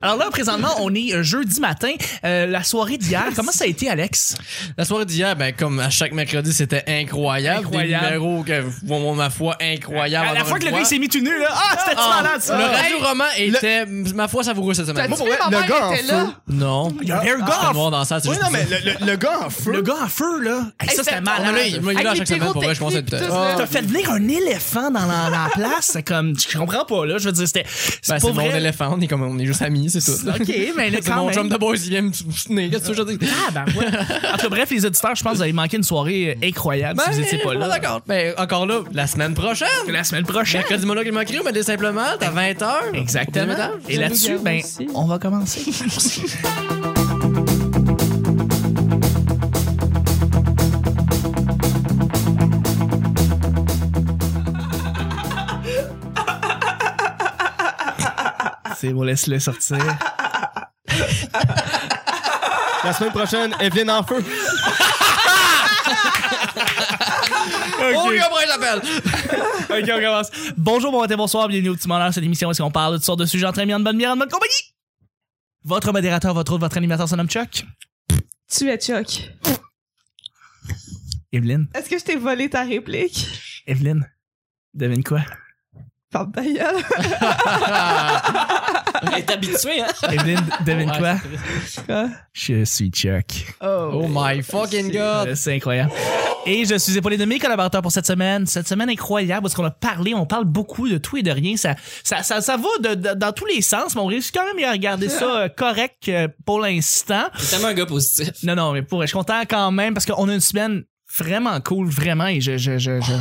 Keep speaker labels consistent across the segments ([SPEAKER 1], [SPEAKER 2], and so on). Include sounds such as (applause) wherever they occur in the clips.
[SPEAKER 1] Alors là, présentement, on est euh, jeudi matin. Euh, la soirée d'hier, comment ça a été, Alex?
[SPEAKER 2] La soirée d'hier, ben, comme à chaque mercredi, c'était incroyable.
[SPEAKER 1] Incroyable.
[SPEAKER 2] Des numéros que, bon, ma foi, incroyables.
[SPEAKER 1] à la
[SPEAKER 2] encore
[SPEAKER 1] fois
[SPEAKER 2] une
[SPEAKER 1] que le
[SPEAKER 2] fois.
[SPEAKER 1] gars il s'est mis tout nu, là. Ah, c'était
[SPEAKER 2] Ah,
[SPEAKER 1] malade,
[SPEAKER 2] le
[SPEAKER 1] ça!
[SPEAKER 2] radio-roman était, ma foi, savoureux cette semaine.
[SPEAKER 3] T'as dit,
[SPEAKER 4] pour vrai,
[SPEAKER 3] Ah, ma
[SPEAKER 4] le
[SPEAKER 3] mère
[SPEAKER 4] gars en
[SPEAKER 3] était
[SPEAKER 4] feu.
[SPEAKER 3] là.
[SPEAKER 2] Non.
[SPEAKER 1] Il y a un gars
[SPEAKER 2] C'était
[SPEAKER 1] en-
[SPEAKER 2] noir dans la salle, c'est
[SPEAKER 4] Oui,
[SPEAKER 2] juste- ben,
[SPEAKER 4] non, mais le, le- le gars en feu.
[SPEAKER 1] Le gars en feu, là. Hey,
[SPEAKER 3] Hey,
[SPEAKER 1] ça, c'était
[SPEAKER 3] c'est-
[SPEAKER 2] Ah, mais là, il
[SPEAKER 1] malade.
[SPEAKER 2] me dit là à Ah.
[SPEAKER 3] Avec
[SPEAKER 2] chaque
[SPEAKER 3] les
[SPEAKER 2] semaine, pour vrai, je pense que
[SPEAKER 3] pyrotechnies,
[SPEAKER 2] c'était-
[SPEAKER 3] puis tout, là.
[SPEAKER 1] T'as fait venir un éléphant dans la, la place, c'est comme, je comprends pas, là. Je veux dire, c'était, c'est pas
[SPEAKER 2] Ben, c'est mon
[SPEAKER 1] vrai.
[SPEAKER 2] éléphant, on est comme, on est juste amis, c'est tout.
[SPEAKER 1] Ok, mais là,
[SPEAKER 2] (laughs) C'est
[SPEAKER 1] quand
[SPEAKER 2] mon
[SPEAKER 1] même.
[SPEAKER 2] chum de boys, il vient me soutenir. Qu'est-ce que je veux dire?
[SPEAKER 1] Ah, ben ouais. En tout cas, bref, les auditeurs, je pense que vous avez manqué une soirée euh,
[SPEAKER 2] Ben,
[SPEAKER 1] incroyable si vous étiez pas là.
[SPEAKER 2] D'accord. Ben, encore là, la semaine prochaine.
[SPEAKER 1] La semaine prochaine.
[SPEAKER 2] Mercredi monologue et moquerie, on va dire simplement, t'as 20 heures.
[SPEAKER 1] Exactement. Et là-dessus, ben, on va commencer. C'est bon, laisse-le sortir.
[SPEAKER 4] La semaine prochaine, Evelyne en feu.
[SPEAKER 2] Oh, le gars, moi, j'appelle.
[SPEAKER 1] Ok, on commence. Bonjour, bon matin, bonsoir, bienvenue au Petit Bonheur, cette émission où est-ce qu'on parle de toutes sortes de sujets entre amis, en bonne bière, en bonne compagnie. Votre modérateur, votre autre, votre animateur, son nom Chuck.
[SPEAKER 3] Tu es Chuck.
[SPEAKER 1] Evelyne.
[SPEAKER 3] Est-ce que je t'ai volé ta réplique?
[SPEAKER 1] Evelyne. Devine quoi?
[SPEAKER 3] Ferme ta
[SPEAKER 2] (laughs)
[SPEAKER 3] gueule.
[SPEAKER 1] Ah.
[SPEAKER 5] Elle est habituée, hein?
[SPEAKER 1] Evelyne, devine quoi?
[SPEAKER 3] Quoi?
[SPEAKER 1] Je suis Chuck.
[SPEAKER 3] Oh.
[SPEAKER 2] Oh my fucking god.
[SPEAKER 1] Euh, C'est incroyable. Et je suis épaulé de mes collaborateurs pour cette semaine. Cette semaine incroyable parce qu'on a parlé, on parle beaucoup de tout et de rien. Ça, ça, ça, ça va de- de- dans tous les sens, mais on réussit quand même à regarder ça euh, correct euh, pour l'instant.
[SPEAKER 5] C'est tellement un gars positif.
[SPEAKER 1] Non, non, mais pour, je suis content quand même parce qu'on a une semaine vraiment cool, vraiment. Et je, je, je, je-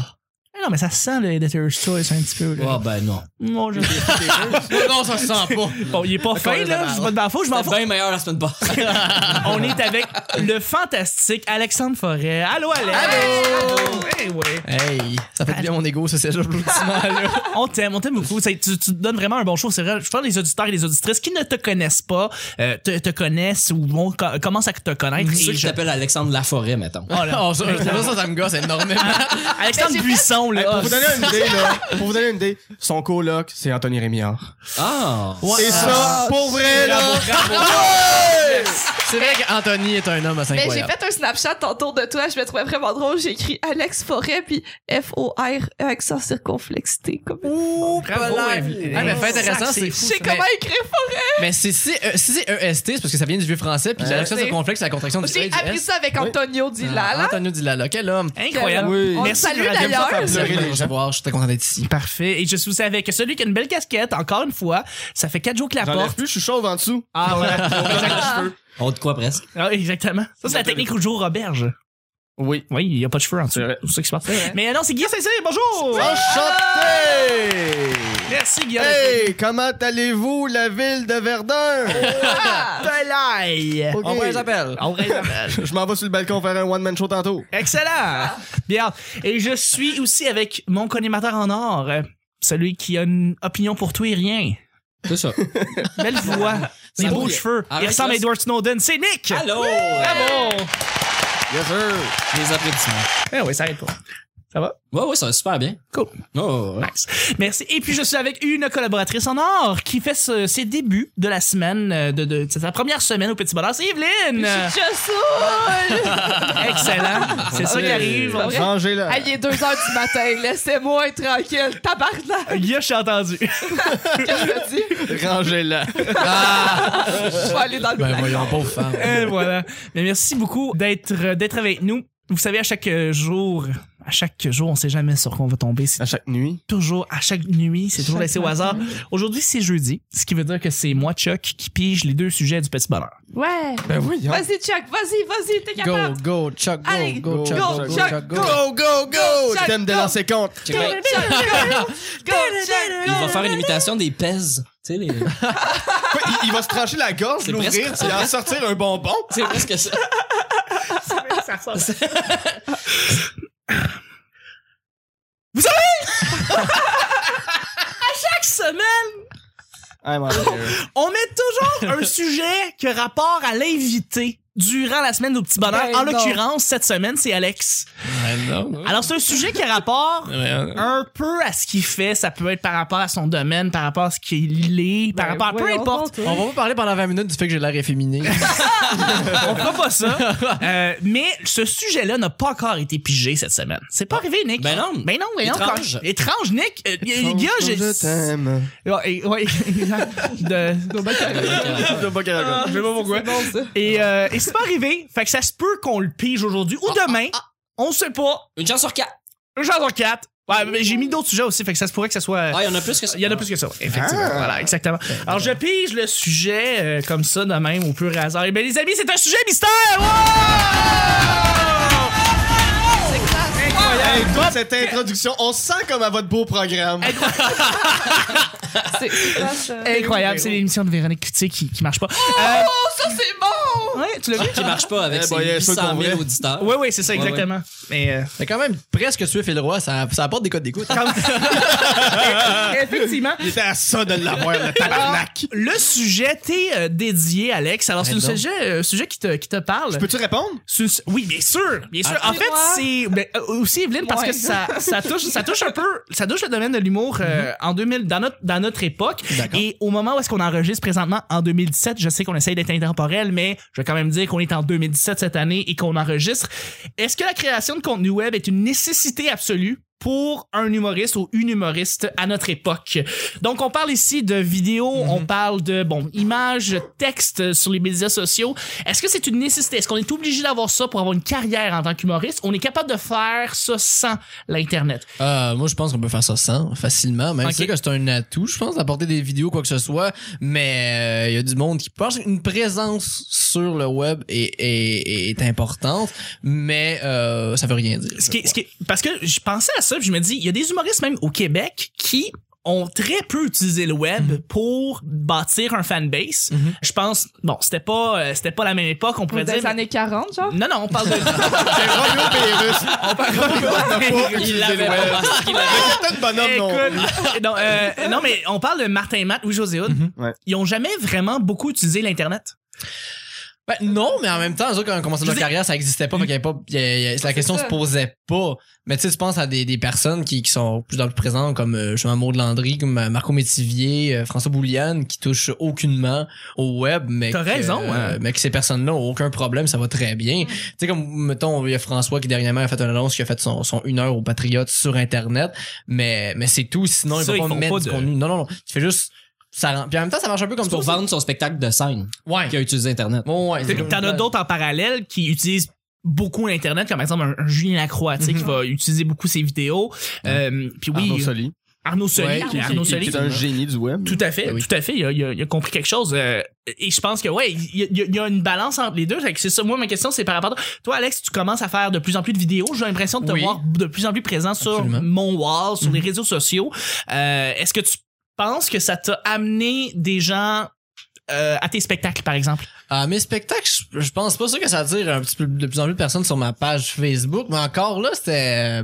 [SPEAKER 1] Ah Non, mais ça sent le Editor's Choice un petit peu. là.
[SPEAKER 2] Ah,
[SPEAKER 5] ben non.
[SPEAKER 1] Mon Dieu.
[SPEAKER 2] Oh, non, ça se sent pas.
[SPEAKER 1] Bon, il est (laughs) pas fin, là. C'est pas de ma faute, je m'en
[SPEAKER 5] C'était
[SPEAKER 1] fous.
[SPEAKER 5] bien meilleur la semaine passée.
[SPEAKER 1] (laughs) On est avec le fantastique Alexandre Forêt. Allô, Alex! Eh Allô! ouais.
[SPEAKER 2] Hey, ça fait bien mon ego, ce (laughs) siège applaudissement là.
[SPEAKER 1] On t'aime, on t'aime beaucoup. Ça, tu, tu donnes vraiment un bon show, c'est vrai. Je pense que les auditeurs et les auditrices qui ne te connaissent pas euh, te, te connaissent ou vont co- commencent à te connaître.
[SPEAKER 5] Ceux
[SPEAKER 1] Et
[SPEAKER 5] qui
[SPEAKER 1] je-
[SPEAKER 5] t'appellent Alexandre Laforêt, mettons.
[SPEAKER 1] Oh là.
[SPEAKER 2] Oh, ça, ça, ça, ça me gosse énormément.
[SPEAKER 1] (laughs) Alexandre Buisson, là.
[SPEAKER 4] Hey, pour vous donner une idée, là, pour vous donner une idée, son coloc, c'est Anthony Rémillard.
[SPEAKER 5] Ah!
[SPEAKER 1] Ouais.
[SPEAKER 4] Et ça, pour vrai, là.
[SPEAKER 2] C'est vrai qu'Anthony est un homme assez
[SPEAKER 3] Mais j'ai
[SPEAKER 2] incroyable.
[SPEAKER 3] fait un Snapchat tantôt de toi, je me trouvais vraiment drôle. J'ai écrit Alex Forêt, puis F-O-R, E, accent circonflexité. Comme...
[SPEAKER 2] Ouh,
[SPEAKER 1] Bravo,
[SPEAKER 2] palais.
[SPEAKER 1] Evelyne.
[SPEAKER 2] Ah, mais fait intéressant, c'est
[SPEAKER 3] Je
[SPEAKER 2] fou.
[SPEAKER 3] sais
[SPEAKER 2] ça.
[SPEAKER 3] comment écrire Forêt.
[SPEAKER 2] Mais si c'est euh, si c'est EST, c'est parce que ça vient du vieux français, puis l'action
[SPEAKER 3] c'est-
[SPEAKER 2] sur complexe, c'est la contraction du
[SPEAKER 3] J'ai
[SPEAKER 2] trait du
[SPEAKER 3] appris
[SPEAKER 2] S. Ah,
[SPEAKER 3] ça avec Antonio Dilala.
[SPEAKER 2] Antonio Dilala, quel homme.
[SPEAKER 1] Incroyable.
[SPEAKER 4] Oui.
[SPEAKER 3] On le
[SPEAKER 1] Merci
[SPEAKER 3] salue
[SPEAKER 1] de la-
[SPEAKER 3] d'ailleurs.
[SPEAKER 4] ça,
[SPEAKER 2] Vous
[SPEAKER 4] Pleurer
[SPEAKER 2] avez
[SPEAKER 4] les
[SPEAKER 2] le
[SPEAKER 4] gens.
[SPEAKER 2] savoir, j'étais content d'être ici.
[SPEAKER 1] Parfait. Et je suis aussi avec celui qui a une belle casquette, encore une fois. Ça fait quatre jours qu'il la
[SPEAKER 4] J'en ai
[SPEAKER 1] porte.
[SPEAKER 4] plus, je suis chauve en dessous.
[SPEAKER 1] Ah, voilà.
[SPEAKER 5] On de quoi presque?
[SPEAKER 1] Ah, exactement. Ça, c'est la technique au jour Roberge.
[SPEAKER 4] Oui.
[SPEAKER 1] Oui, il n'y a pas de cheveux en dessous.
[SPEAKER 4] C'est vrai.
[SPEAKER 1] C'est ça qui se passe. Mais non, c'est Guillaume Saint-Cyr. Bonjour!
[SPEAKER 4] Enchanté!
[SPEAKER 1] Merci, Guillaume. (laughs)
[SPEAKER 4] Hey, comment allez-vous, la ville de Verdun?
[SPEAKER 5] Ah!
[SPEAKER 1] Pelaille.
[SPEAKER 4] Ok.
[SPEAKER 2] On va les
[SPEAKER 5] Oh.
[SPEAKER 2] appelle.
[SPEAKER 1] On reste-
[SPEAKER 4] Je m'en vais sur le balcon faire un one-man show tantôt.
[SPEAKER 1] (laughs)
[SPEAKER 5] Ah.
[SPEAKER 1] Excellent! Bien. Et je suis aussi avec mon collimateur en or, euh, celui qui a une opinion pour tout et rien.
[SPEAKER 5] C'est ça.
[SPEAKER 1] Belle
[SPEAKER 5] (laughs)
[SPEAKER 1] voix, des
[SPEAKER 5] Ça
[SPEAKER 1] beaux
[SPEAKER 5] roule.
[SPEAKER 1] cheveux. Il
[SPEAKER 5] Arrête
[SPEAKER 1] ressemble à
[SPEAKER 5] ça.
[SPEAKER 1] Edward Snowden. C'est Nick!
[SPEAKER 5] (laughs) Allô!
[SPEAKER 1] Bravo!
[SPEAKER 4] Yes, sir.
[SPEAKER 5] Les applaudissements.
[SPEAKER 1] Eh oui, ça arrête pas.
[SPEAKER 5] Ouais, ouais, ça va super bien.
[SPEAKER 1] Cool.
[SPEAKER 5] Oh, ouais.
[SPEAKER 1] Max. Merci. Et puis, je suis avec une collaboratrice en or qui fait ce- ses débuts de la semaine, euh, de, de, c'est sa première semaine au Petit Bonheur. C'est Evelyne!
[SPEAKER 5] (laughs)
[SPEAKER 2] Ah.
[SPEAKER 3] Je suis saoule.
[SPEAKER 1] Excellent. C'est ça qui arrive.
[SPEAKER 3] Pas vrai?
[SPEAKER 4] Rangez là.
[SPEAKER 3] Ah, il est 2 h du matin, laissez-moi être tranquille. Tabarnak,
[SPEAKER 1] Guilla, je t'ai entendu.
[SPEAKER 3] qu'est-ce que tu dis?
[SPEAKER 4] Rangez là.
[SPEAKER 3] Je vais aller dans le
[SPEAKER 2] Ben
[SPEAKER 3] black.
[SPEAKER 2] voyons, pauvre femme.
[SPEAKER 1] Et voilà. Mais merci beaucoup d'être euh, d'être avec nous. Vous savez, à chaque euh, jour, à chaque jour, on sait jamais sur quoi on va tomber. C'est
[SPEAKER 4] À chaque nuit.
[SPEAKER 1] toujours à chaque nuit, c'est toujours laissé au hasard. Aujourd'hui, c'est jeudi, ce qui veut dire que c'est moi, Chuck, qui pige les deux sujets du petit
[SPEAKER 3] (laughs)
[SPEAKER 1] bonheur.
[SPEAKER 3] Ouais.
[SPEAKER 4] Ben oui, hein.
[SPEAKER 3] Vas-y, Chuck, vas-y, vas-y, t'es
[SPEAKER 2] Go,
[SPEAKER 3] capable.
[SPEAKER 2] go, Chuck,
[SPEAKER 3] Allez,
[SPEAKER 2] go, go, Chuck,
[SPEAKER 3] go,
[SPEAKER 2] go, go,
[SPEAKER 3] Chuck,
[SPEAKER 2] Chuck, go.
[SPEAKER 4] Go, go, go!
[SPEAKER 3] Go,
[SPEAKER 4] Thème de
[SPEAKER 3] go.
[SPEAKER 4] lancer compte.
[SPEAKER 5] Check
[SPEAKER 3] Go,
[SPEAKER 5] bien.
[SPEAKER 3] Chuck, go. Go,
[SPEAKER 5] Il
[SPEAKER 3] Chuck,
[SPEAKER 5] va faire une imitation des pèses. Tu sais, les...
[SPEAKER 4] Quoi, il, il va se trancher la gorge,
[SPEAKER 5] C'est
[SPEAKER 4] l'ouvrir,
[SPEAKER 5] presque-
[SPEAKER 4] puis en sortir un bonbon.
[SPEAKER 5] c'est presque ça.
[SPEAKER 1] Chaque semaine,
[SPEAKER 3] (laughs)
[SPEAKER 1] on met toujours un sujet qui a rapport à l'invité durant la semaine au petit bonheur.
[SPEAKER 3] Ben
[SPEAKER 1] en
[SPEAKER 3] non.
[SPEAKER 1] l'occurrence, cette semaine, c'est Alex.
[SPEAKER 5] Ouais, non.
[SPEAKER 1] Alors, c'est un sujet qui a
[SPEAKER 3] (laughs)
[SPEAKER 1] rapport
[SPEAKER 5] Ouais, non.
[SPEAKER 1] un peu à ce qu'il fait. Ça peut être par rapport à son domaine, par rapport à ce qu'il est,
[SPEAKER 3] Ben
[SPEAKER 1] par rapport à peu importe.
[SPEAKER 2] On va pas parler pendant 20 minutes du fait que j'ai
[SPEAKER 1] (laughs)
[SPEAKER 2] l'air efféminé.
[SPEAKER 1] On fera pas
[SPEAKER 5] (laughs)
[SPEAKER 1] ça. Euh, mais ce sujet-là n'a pas encore été pigé cette semaine. C'est pas arrivé, Nick.
[SPEAKER 5] Ben non.
[SPEAKER 1] Ben non, ben non,
[SPEAKER 5] Étrange.
[SPEAKER 1] quand- Étrange, Nick. Euh, y- y- gars, j'ai.
[SPEAKER 4] Je t'aime.
[SPEAKER 1] Ouais, ouais. (laughs) De-
[SPEAKER 5] Ben,
[SPEAKER 4] Je pas
[SPEAKER 1] Je sais pas pourquoi. Et, euh, et c'est pas arrivé. Fait que ça se peut qu'on le pige aujourd'hui ou
[SPEAKER 5] Ah,
[SPEAKER 1] demain. On sait pas.
[SPEAKER 5] Une chance sur quatre.
[SPEAKER 1] J'en ai quatre. Ouais, mais j'ai mis d'autres sujets aussi. Fait que ça se pourrait que ça soit.
[SPEAKER 5] Ah, il y en a plus que ça.
[SPEAKER 1] Il y en a plus que ça, ouais, effectivement.
[SPEAKER 4] Ah.
[SPEAKER 1] Voilà, exactement. Alors, je pige le sujet euh, comme ça de même au pur hasard. Eh bien, les amis, c'est un sujet mystère! Wow!
[SPEAKER 4] Hey, toute cette introduction, on se sent comme à votre beau programme.
[SPEAKER 3] C'est classe, euh.
[SPEAKER 1] Incroyable, c'est l'émission de Véronique Cloutier qui, qui marche pas.
[SPEAKER 3] Oh, ça, c'est bon!
[SPEAKER 1] Euh, ouais, tu l'as vu?
[SPEAKER 5] Qui marche pas avec
[SPEAKER 4] Eh
[SPEAKER 5] ses
[SPEAKER 4] ben, yeah,
[SPEAKER 5] 800
[SPEAKER 4] ceux qu'on
[SPEAKER 5] 000
[SPEAKER 4] voulait.
[SPEAKER 5] auditeurs.
[SPEAKER 1] Ah, Ouais, ouais, c'est ça,
[SPEAKER 5] Ouais, ouais.
[SPEAKER 1] exactement. Mais. euh,
[SPEAKER 2] Mais quand même, presque tuer Phil Roy, ça, ça apporte des codes d'écoute. (laughs)
[SPEAKER 1] Ah. (laughs) Effectivement.
[SPEAKER 4] J'étais à ça de l'avoir, le tabarnak.
[SPEAKER 1] Le sujet t'est euh, dédié, Alex. Alors, c'est un
[SPEAKER 2] Ben donc.
[SPEAKER 1] sujet, euh, sujet qui, te, qui te parle.
[SPEAKER 4] Peux-tu répondre?
[SPEAKER 1] Sus- Oui, bien sûr, bien sûr.
[SPEAKER 3] Ah,
[SPEAKER 1] en fait, c'est ben, euh, aussi Evelyne parce
[SPEAKER 3] Ouais.
[SPEAKER 1] que ça, ça touche, ça touche un peu, ça touche le domaine de l'humour euh, en 2000 dans notre dans notre époque
[SPEAKER 2] D'accord.
[SPEAKER 1] et au moment où est-ce qu'on enregistre présentement en 2017, je sais qu'on essaye d'être intemporel, mais je vais quand même dire qu'on est en 2017 cette année et qu'on enregistre. Est-ce que la création de contenu web est une nécessité absolue? pour un humoriste ou une humoriste à notre époque. Donc, on parle ici de vidéos, on parle de, bon, images, textes sur les médias sociaux. Est-ce que c'est une nécessité? Est-ce qu'on est obligé d'avoir ça pour avoir une carrière en tant qu'humoriste? On est capable de faire ça sans l'Internet.
[SPEAKER 2] Euh, moi, je pense qu'on peut faire ça sans, facilement. Même
[SPEAKER 1] Ok.
[SPEAKER 2] c'est sûr que c'est un atout, je pense, d'apporter des vidéos, quoi que ce soit. Mais euh, il y a du monde qui pense qu'une présence sur le web est, est, est importante, mais euh, ça veut rien dire.
[SPEAKER 1] Ce qui, est- ce qui est- parce que je pensais à ça, puis je me dis, il y a des humoristes même au Québec qui ont très peu utilisé le web pour bâtir un fanbase. Je pense, bon, c'était pas, euh, c'était pas la même époque, on pourrait
[SPEAKER 3] Dans
[SPEAKER 1] dire.
[SPEAKER 3] les années
[SPEAKER 1] (laughs)
[SPEAKER 3] 40, genre?
[SPEAKER 1] Non, non, on parle de.
[SPEAKER 4] C'est Romeo Pérus. (laughs)
[SPEAKER 5] Il l'avait
[SPEAKER 4] Ouais.
[SPEAKER 5] pas parce qu'il l'avait-
[SPEAKER 4] T'es un bonhomme, non?
[SPEAKER 1] Écoute, (laughs) non, euh, non, mais on parle de Martin Matt, Louis José Hood.
[SPEAKER 4] Mhm. Ouais.
[SPEAKER 1] Ils ont jamais vraiment beaucoup utilisé l'Internet.
[SPEAKER 2] Ben, non, mais en même temps, eux autres, quand on commençait
[SPEAKER 1] Je
[SPEAKER 2] leur
[SPEAKER 1] veux
[SPEAKER 2] carrière, ça existait pas. Fait qu'il y avait pas il y a- il y a- la question
[SPEAKER 3] ça.
[SPEAKER 2] se posait pas. Mais tu sais, je pense à des, des personnes qui, qui sont plus dans le présent, comme euh, justement Maud Landry, comme euh, Marco Métivier, euh, François Bouliane, qui touchent aucunement au web. mais
[SPEAKER 1] T'as
[SPEAKER 2] que,
[SPEAKER 1] raison,
[SPEAKER 2] euh,
[SPEAKER 1] hein.
[SPEAKER 2] Mais que ces personnes-là ont aucun problème, ça va très bien. Tu sais, comme, mettons, il y a François qui dernièrement a fait une annonce qui a fait son, son une heure aux Patriotes sur Internet. Mais, mais c'est tout. Sinon,
[SPEAKER 1] Ça,
[SPEAKER 2] il
[SPEAKER 1] ils
[SPEAKER 2] va pas
[SPEAKER 1] font
[SPEAKER 2] mettre
[SPEAKER 1] pas
[SPEAKER 2] du
[SPEAKER 1] de-
[SPEAKER 2] contenu. Non, non, non. Tu fais juste. Ça, rend- puis en même temps, ça marche un peu comme
[SPEAKER 5] C'est pour
[SPEAKER 2] ça aussi.
[SPEAKER 5] vendre son spectacle de scène
[SPEAKER 2] Ouais.
[SPEAKER 5] qui a utilisé Internet.
[SPEAKER 2] Bon, ouais. c'est comme-
[SPEAKER 1] T'en as d'autres en parallèle qui utilisent beaucoup l'Internet, comme par exemple un, un Julien Lacroix, tu sais, qui va utiliser beaucoup ses vidéos. Euh, puis oui,
[SPEAKER 4] Mhm. Arnaud
[SPEAKER 1] Arnaud Soli,
[SPEAKER 4] Soli.
[SPEAKER 1] Arnaud Soli,
[SPEAKER 2] Ouais,
[SPEAKER 1] Arnaud
[SPEAKER 2] qui- qui-
[SPEAKER 1] Soli.
[SPEAKER 4] Qui Ah, est un génie du web.
[SPEAKER 1] Tout à fait,
[SPEAKER 2] Ben oui.
[SPEAKER 1] tout à fait. Il a, il a- il a compris quelque chose. euh, et je pense que, ouais, il y a- il y, a- il y a une balance entre les deux. Fait que c'est ça. Moi, ma question, c'est par rapport. à- Toi, Alex, tu commences à faire de plus en plus de vidéos. J'ai l'impression de te
[SPEAKER 2] Oui.
[SPEAKER 1] voir de plus en plus présent sur
[SPEAKER 2] Absolument. Mm.
[SPEAKER 1] mon wall, sur les réseaux sociaux. Euh, Est-ce que tu penses que ça t'a amené des gens euh, à tes spectacles, par exemple?
[SPEAKER 2] Ah, mes spectacles, je- je pense pas sûr que ça attire un petit peu de plus en plus de personnes sur ma page Facebook, mais encore là, c'était. euh,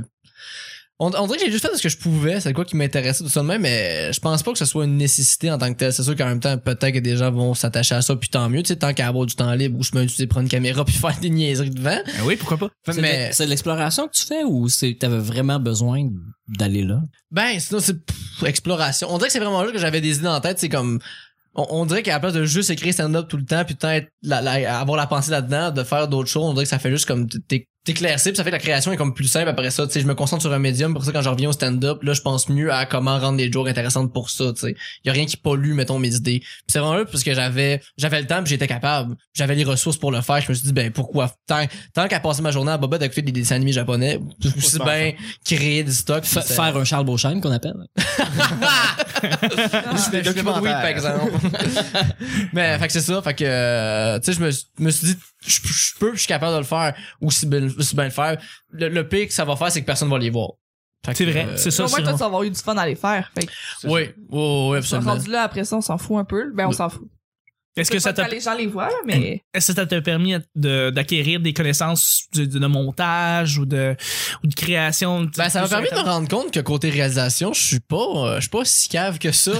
[SPEAKER 2] On, on dirait que j'ai juste fait ce que je pouvais, c'est quoi qui m'intéressait tout ça de même, mais je pense pas que ce soit une nécessité en tant que tel. C'est sûr qu'en même temps, peut-être que des gens vont s'attacher à ça, puis tant mieux, tu sais, tant qu'à avoir du temps libre où je peux utiliser prendre une caméra (laughs) puis faire des niaiseries devant.
[SPEAKER 1] oui, pourquoi pas?
[SPEAKER 5] C'est de,
[SPEAKER 2] Mais,
[SPEAKER 5] c'est de l'exploration que tu fais ou c'est t'avais vraiment besoin d'aller là?
[SPEAKER 2] ben, sinon, c'est pff, exploration. On dirait que c'est vraiment là que j'avais des idées en tête, c'est comme. On, on dirait qu'à la place de juste écrire stand-up tout le temps, puis peut-être la- la- avoir la pensée là-dedans, de faire d'autres choses, on dirait que ça fait juste comme t- t'é- t'éclaircir, puis ça fait que la création est comme plus simple après ça. Tu sais, je me concentre sur un médium, pour ça quand je reviens au stand-up, là je pense mieux à comment rendre les jokes intéressantes pour ça. Tu sais, y a rien qui pollue mettons mes idées. Puis c'est vraiment là parce que j'avais j'avais le temps, puis j'étais capable, j'avais les ressources pour le faire. Je me suis dit ben pourquoi tant tant qu'à passer ma journée à Boba d'écouter des dessins animés japonais, je me suis dit, ben créer du stock, puis
[SPEAKER 5] Fa-
[SPEAKER 2] c'était-
[SPEAKER 5] faire un Charles Beauchamp qu'on appelle.
[SPEAKER 2] C'était
[SPEAKER 4] Des
[SPEAKER 2] Ah, pas de weed, par exemple. (laughs) mais fait que c'est ça, fait que euh, tu sais je me, suis- me suis dit je je peux, je suis capable de le faire ou si bien, si bien le faire. Le, le pire que ça va faire c'est que personne va les voir. Fait que,
[SPEAKER 1] C'est vrai,
[SPEAKER 2] euh,
[SPEAKER 1] c'est ça.
[SPEAKER 3] Au moins,
[SPEAKER 1] c'est
[SPEAKER 3] toi,
[SPEAKER 1] vrai.
[SPEAKER 3] tu vas avoir eu du fun à les faire. Fait que
[SPEAKER 2] Oui, oui, oui,
[SPEAKER 3] tu vas
[SPEAKER 2] absolument.
[SPEAKER 3] rendu là, après ça, on s'en fout un peu. Ben, on s'en fout.
[SPEAKER 1] Est-ce que ça t'a
[SPEAKER 3] les gens les voient, là, mais.
[SPEAKER 1] Est-ce que ça t'a permis de- d'acquérir des connaissances de, de montage ou de, ou de création? de-
[SPEAKER 2] Ben, ça m'a
[SPEAKER 1] sur
[SPEAKER 2] permis de me
[SPEAKER 1] Internet?
[SPEAKER 2] rendre compte que côté réalisation, je suis pas, euh, je suis pas si cave
[SPEAKER 1] (laughs)
[SPEAKER 2] que ça.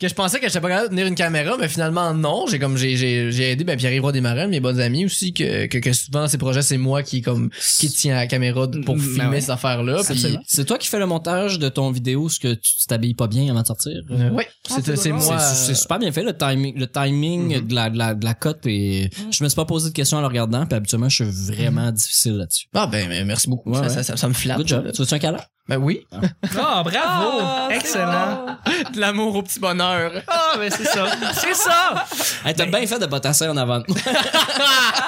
[SPEAKER 2] que je pensais que j'étais pas capable de tenir une caméra, mais finalement, non. J'ai comme, j'ai, j'ai, j'ai aidé, ben, Pierre-Yves Roy Desmarais, mes bonnes amis aussi, que, que, que souvent, ces projets, c'est moi qui, comme, qui tiens la caméra pour
[SPEAKER 1] Ben
[SPEAKER 2] filmer
[SPEAKER 1] ouais.
[SPEAKER 2] cette affaire-là. Puis,
[SPEAKER 1] Absolument.
[SPEAKER 5] C'est toi qui fais le montage de ton vidéo, ce que tu tu t'habilles pas bien avant de sortir.
[SPEAKER 2] euh, ouais,
[SPEAKER 3] Ah,
[SPEAKER 2] c'est,
[SPEAKER 3] c'est
[SPEAKER 2] c'est
[SPEAKER 3] drôle.
[SPEAKER 2] moi. Mm-hmm.
[SPEAKER 5] C'est- C'est super bien fait le timing, le timing de la de la de la cote et
[SPEAKER 2] Mm.
[SPEAKER 5] je me suis pas posé de questions en le regardant. Puis habituellement, je suis vraiment difficile là-dessus.
[SPEAKER 2] Ah, ben, ben, merci beaucoup.
[SPEAKER 5] Ouais,
[SPEAKER 2] ça,
[SPEAKER 5] ouais.
[SPEAKER 2] Ça, ça- ça me flatte.
[SPEAKER 5] Good job. Tu veux un câlin?
[SPEAKER 2] Ben oui.
[SPEAKER 1] Ah, bravo!
[SPEAKER 3] Ah, c'est
[SPEAKER 1] Excellent!
[SPEAKER 3] bon.
[SPEAKER 2] De l'amour au petit bonheur.
[SPEAKER 1] Ah, ben c'est ça! C'est ça!
[SPEAKER 5] Hey,
[SPEAKER 2] Ben,
[SPEAKER 5] t'as bien fait de potasser en avant. de
[SPEAKER 2] (laughs)
[SPEAKER 5] moi.
[SPEAKER 2] (laughs)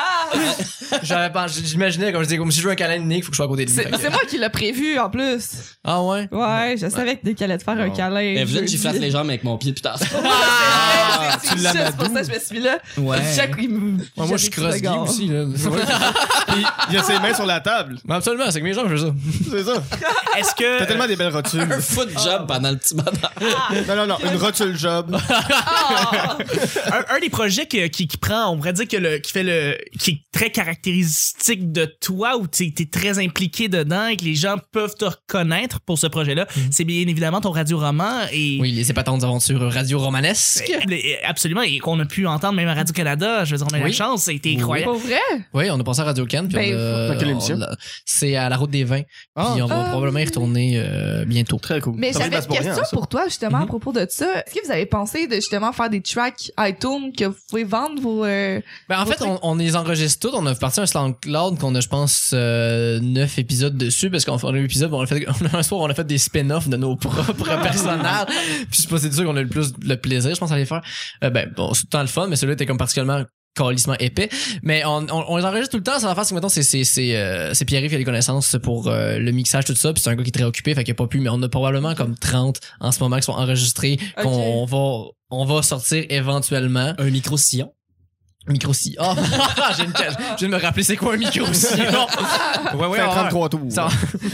[SPEAKER 2] J'avais pas, j'imaginais, comme je disais, comme si je veux un câlin de Nick, faut que je sois à côté de lui. Fait
[SPEAKER 3] C'est
[SPEAKER 2] que-
[SPEAKER 3] c'est moi qui l'ai prévu, en plus.
[SPEAKER 2] Ah ouais?
[SPEAKER 3] Ouais, je savais que dès qu'elle allait te faire un
[SPEAKER 5] Bon.
[SPEAKER 3] câlin.
[SPEAKER 5] Evelyn,
[SPEAKER 3] je
[SPEAKER 5] j'y
[SPEAKER 3] dis-
[SPEAKER 5] flatte les jambes avec mon pied putain.
[SPEAKER 2] (laughs)
[SPEAKER 3] Ah,
[SPEAKER 1] tu l'as
[SPEAKER 3] C'est pour ça que je me suis mis là.
[SPEAKER 5] Ouais.
[SPEAKER 3] Jack, il me-
[SPEAKER 2] Ouais, moi, je suis
[SPEAKER 3] Jack, il me
[SPEAKER 2] cross
[SPEAKER 3] regarde.
[SPEAKER 2] aussi, là.
[SPEAKER 4] (laughs) Il, il a ses mains sur la table.
[SPEAKER 2] Mais absolument, c'est que mes jambes, je fais ça.
[SPEAKER 4] C'est ça.
[SPEAKER 1] Est-ce
[SPEAKER 4] T'as
[SPEAKER 1] que.
[SPEAKER 4] tellement des belles rotules.
[SPEAKER 5] Un foot job pendant le petit bonheur.
[SPEAKER 4] Non, non, non. Une rotule job.
[SPEAKER 3] Ah!
[SPEAKER 2] (laughs)
[SPEAKER 1] euh, un, un des projets que- qui, qui prend, on pourrait dire que le, qui fait le, qui est très caractéristique de toi, où tu es très impliqué dedans et que les gens peuvent te reconnaître pour ce projet-là, c'est bien évidemment ton radio-roman et.
[SPEAKER 2] Mhm. Oui, les épatantes aventures radio romanesques.
[SPEAKER 1] Et- Absolument, et qu'on a pu entendre même à Radio-Canada, je veux dire, on a eu la
[SPEAKER 2] Oui.
[SPEAKER 1] chance, c'était
[SPEAKER 2] Oui.
[SPEAKER 1] incroyable.
[SPEAKER 3] Pour vrai?
[SPEAKER 2] Oui, on a passé à Radio Can. Puis
[SPEAKER 3] Ben,
[SPEAKER 2] on a-
[SPEAKER 4] dans quelle
[SPEAKER 2] on
[SPEAKER 4] émission?
[SPEAKER 2] l'a- C'est à la route des vins. Puis on va
[SPEAKER 3] Ah.
[SPEAKER 2] probablement y retourner euh, bientôt.
[SPEAKER 4] Très cool.
[SPEAKER 3] Mais
[SPEAKER 4] Ça
[SPEAKER 3] j'avais
[SPEAKER 4] dépasse
[SPEAKER 3] une
[SPEAKER 4] pour rien,
[SPEAKER 3] question
[SPEAKER 4] ça.
[SPEAKER 3] pour toi, justement, à
[SPEAKER 2] Mhm.
[SPEAKER 3] propos de ça. Est-ce que vous avez pensé de justement faire des tracks iTunes que vous pouvez vendre vos. euh,
[SPEAKER 2] Ben, en fait, on, on les enregistre toutes. On a parti un SoundCloud qu'on a, je pense, euh, neuf épisodes dessus parce qu'on fait un épisode, on a fait, (laughs) un soir, on a fait des spin-offs de nos propres personnages. Puis c'est pas c'est sûr qu'on a le plus le plaisir, je pense, à les faire. Euh, ben, bon, c'est tout le temps le fun, mais celui-là était comme particulièrement calissement épais. Mais on, on, on les enregistre tout le temps. Ça va faire, c'est que maintenant, c'est, c'est, c'est, euh, c'est Pierre-Yves qui a les connaissances pour euh, le mixage, tout ça. Puis c'est un gars qui est très occupé, fait qu'il a pas pu. Mais on a probablement comme 30 en ce moment qui sont enregistrés, qu'on on va, on va sortir éventuellement.
[SPEAKER 5] Un micro sillon.
[SPEAKER 2] Micro sillon. (laughs) Oh, je, viens de, je viens de me rappeler c'est quoi un micro
[SPEAKER 4] (laughs)
[SPEAKER 2] sillon.
[SPEAKER 4] Ouais, ouais,
[SPEAKER 2] on va-
[SPEAKER 4] 33 tours.
[SPEAKER 2] Ça-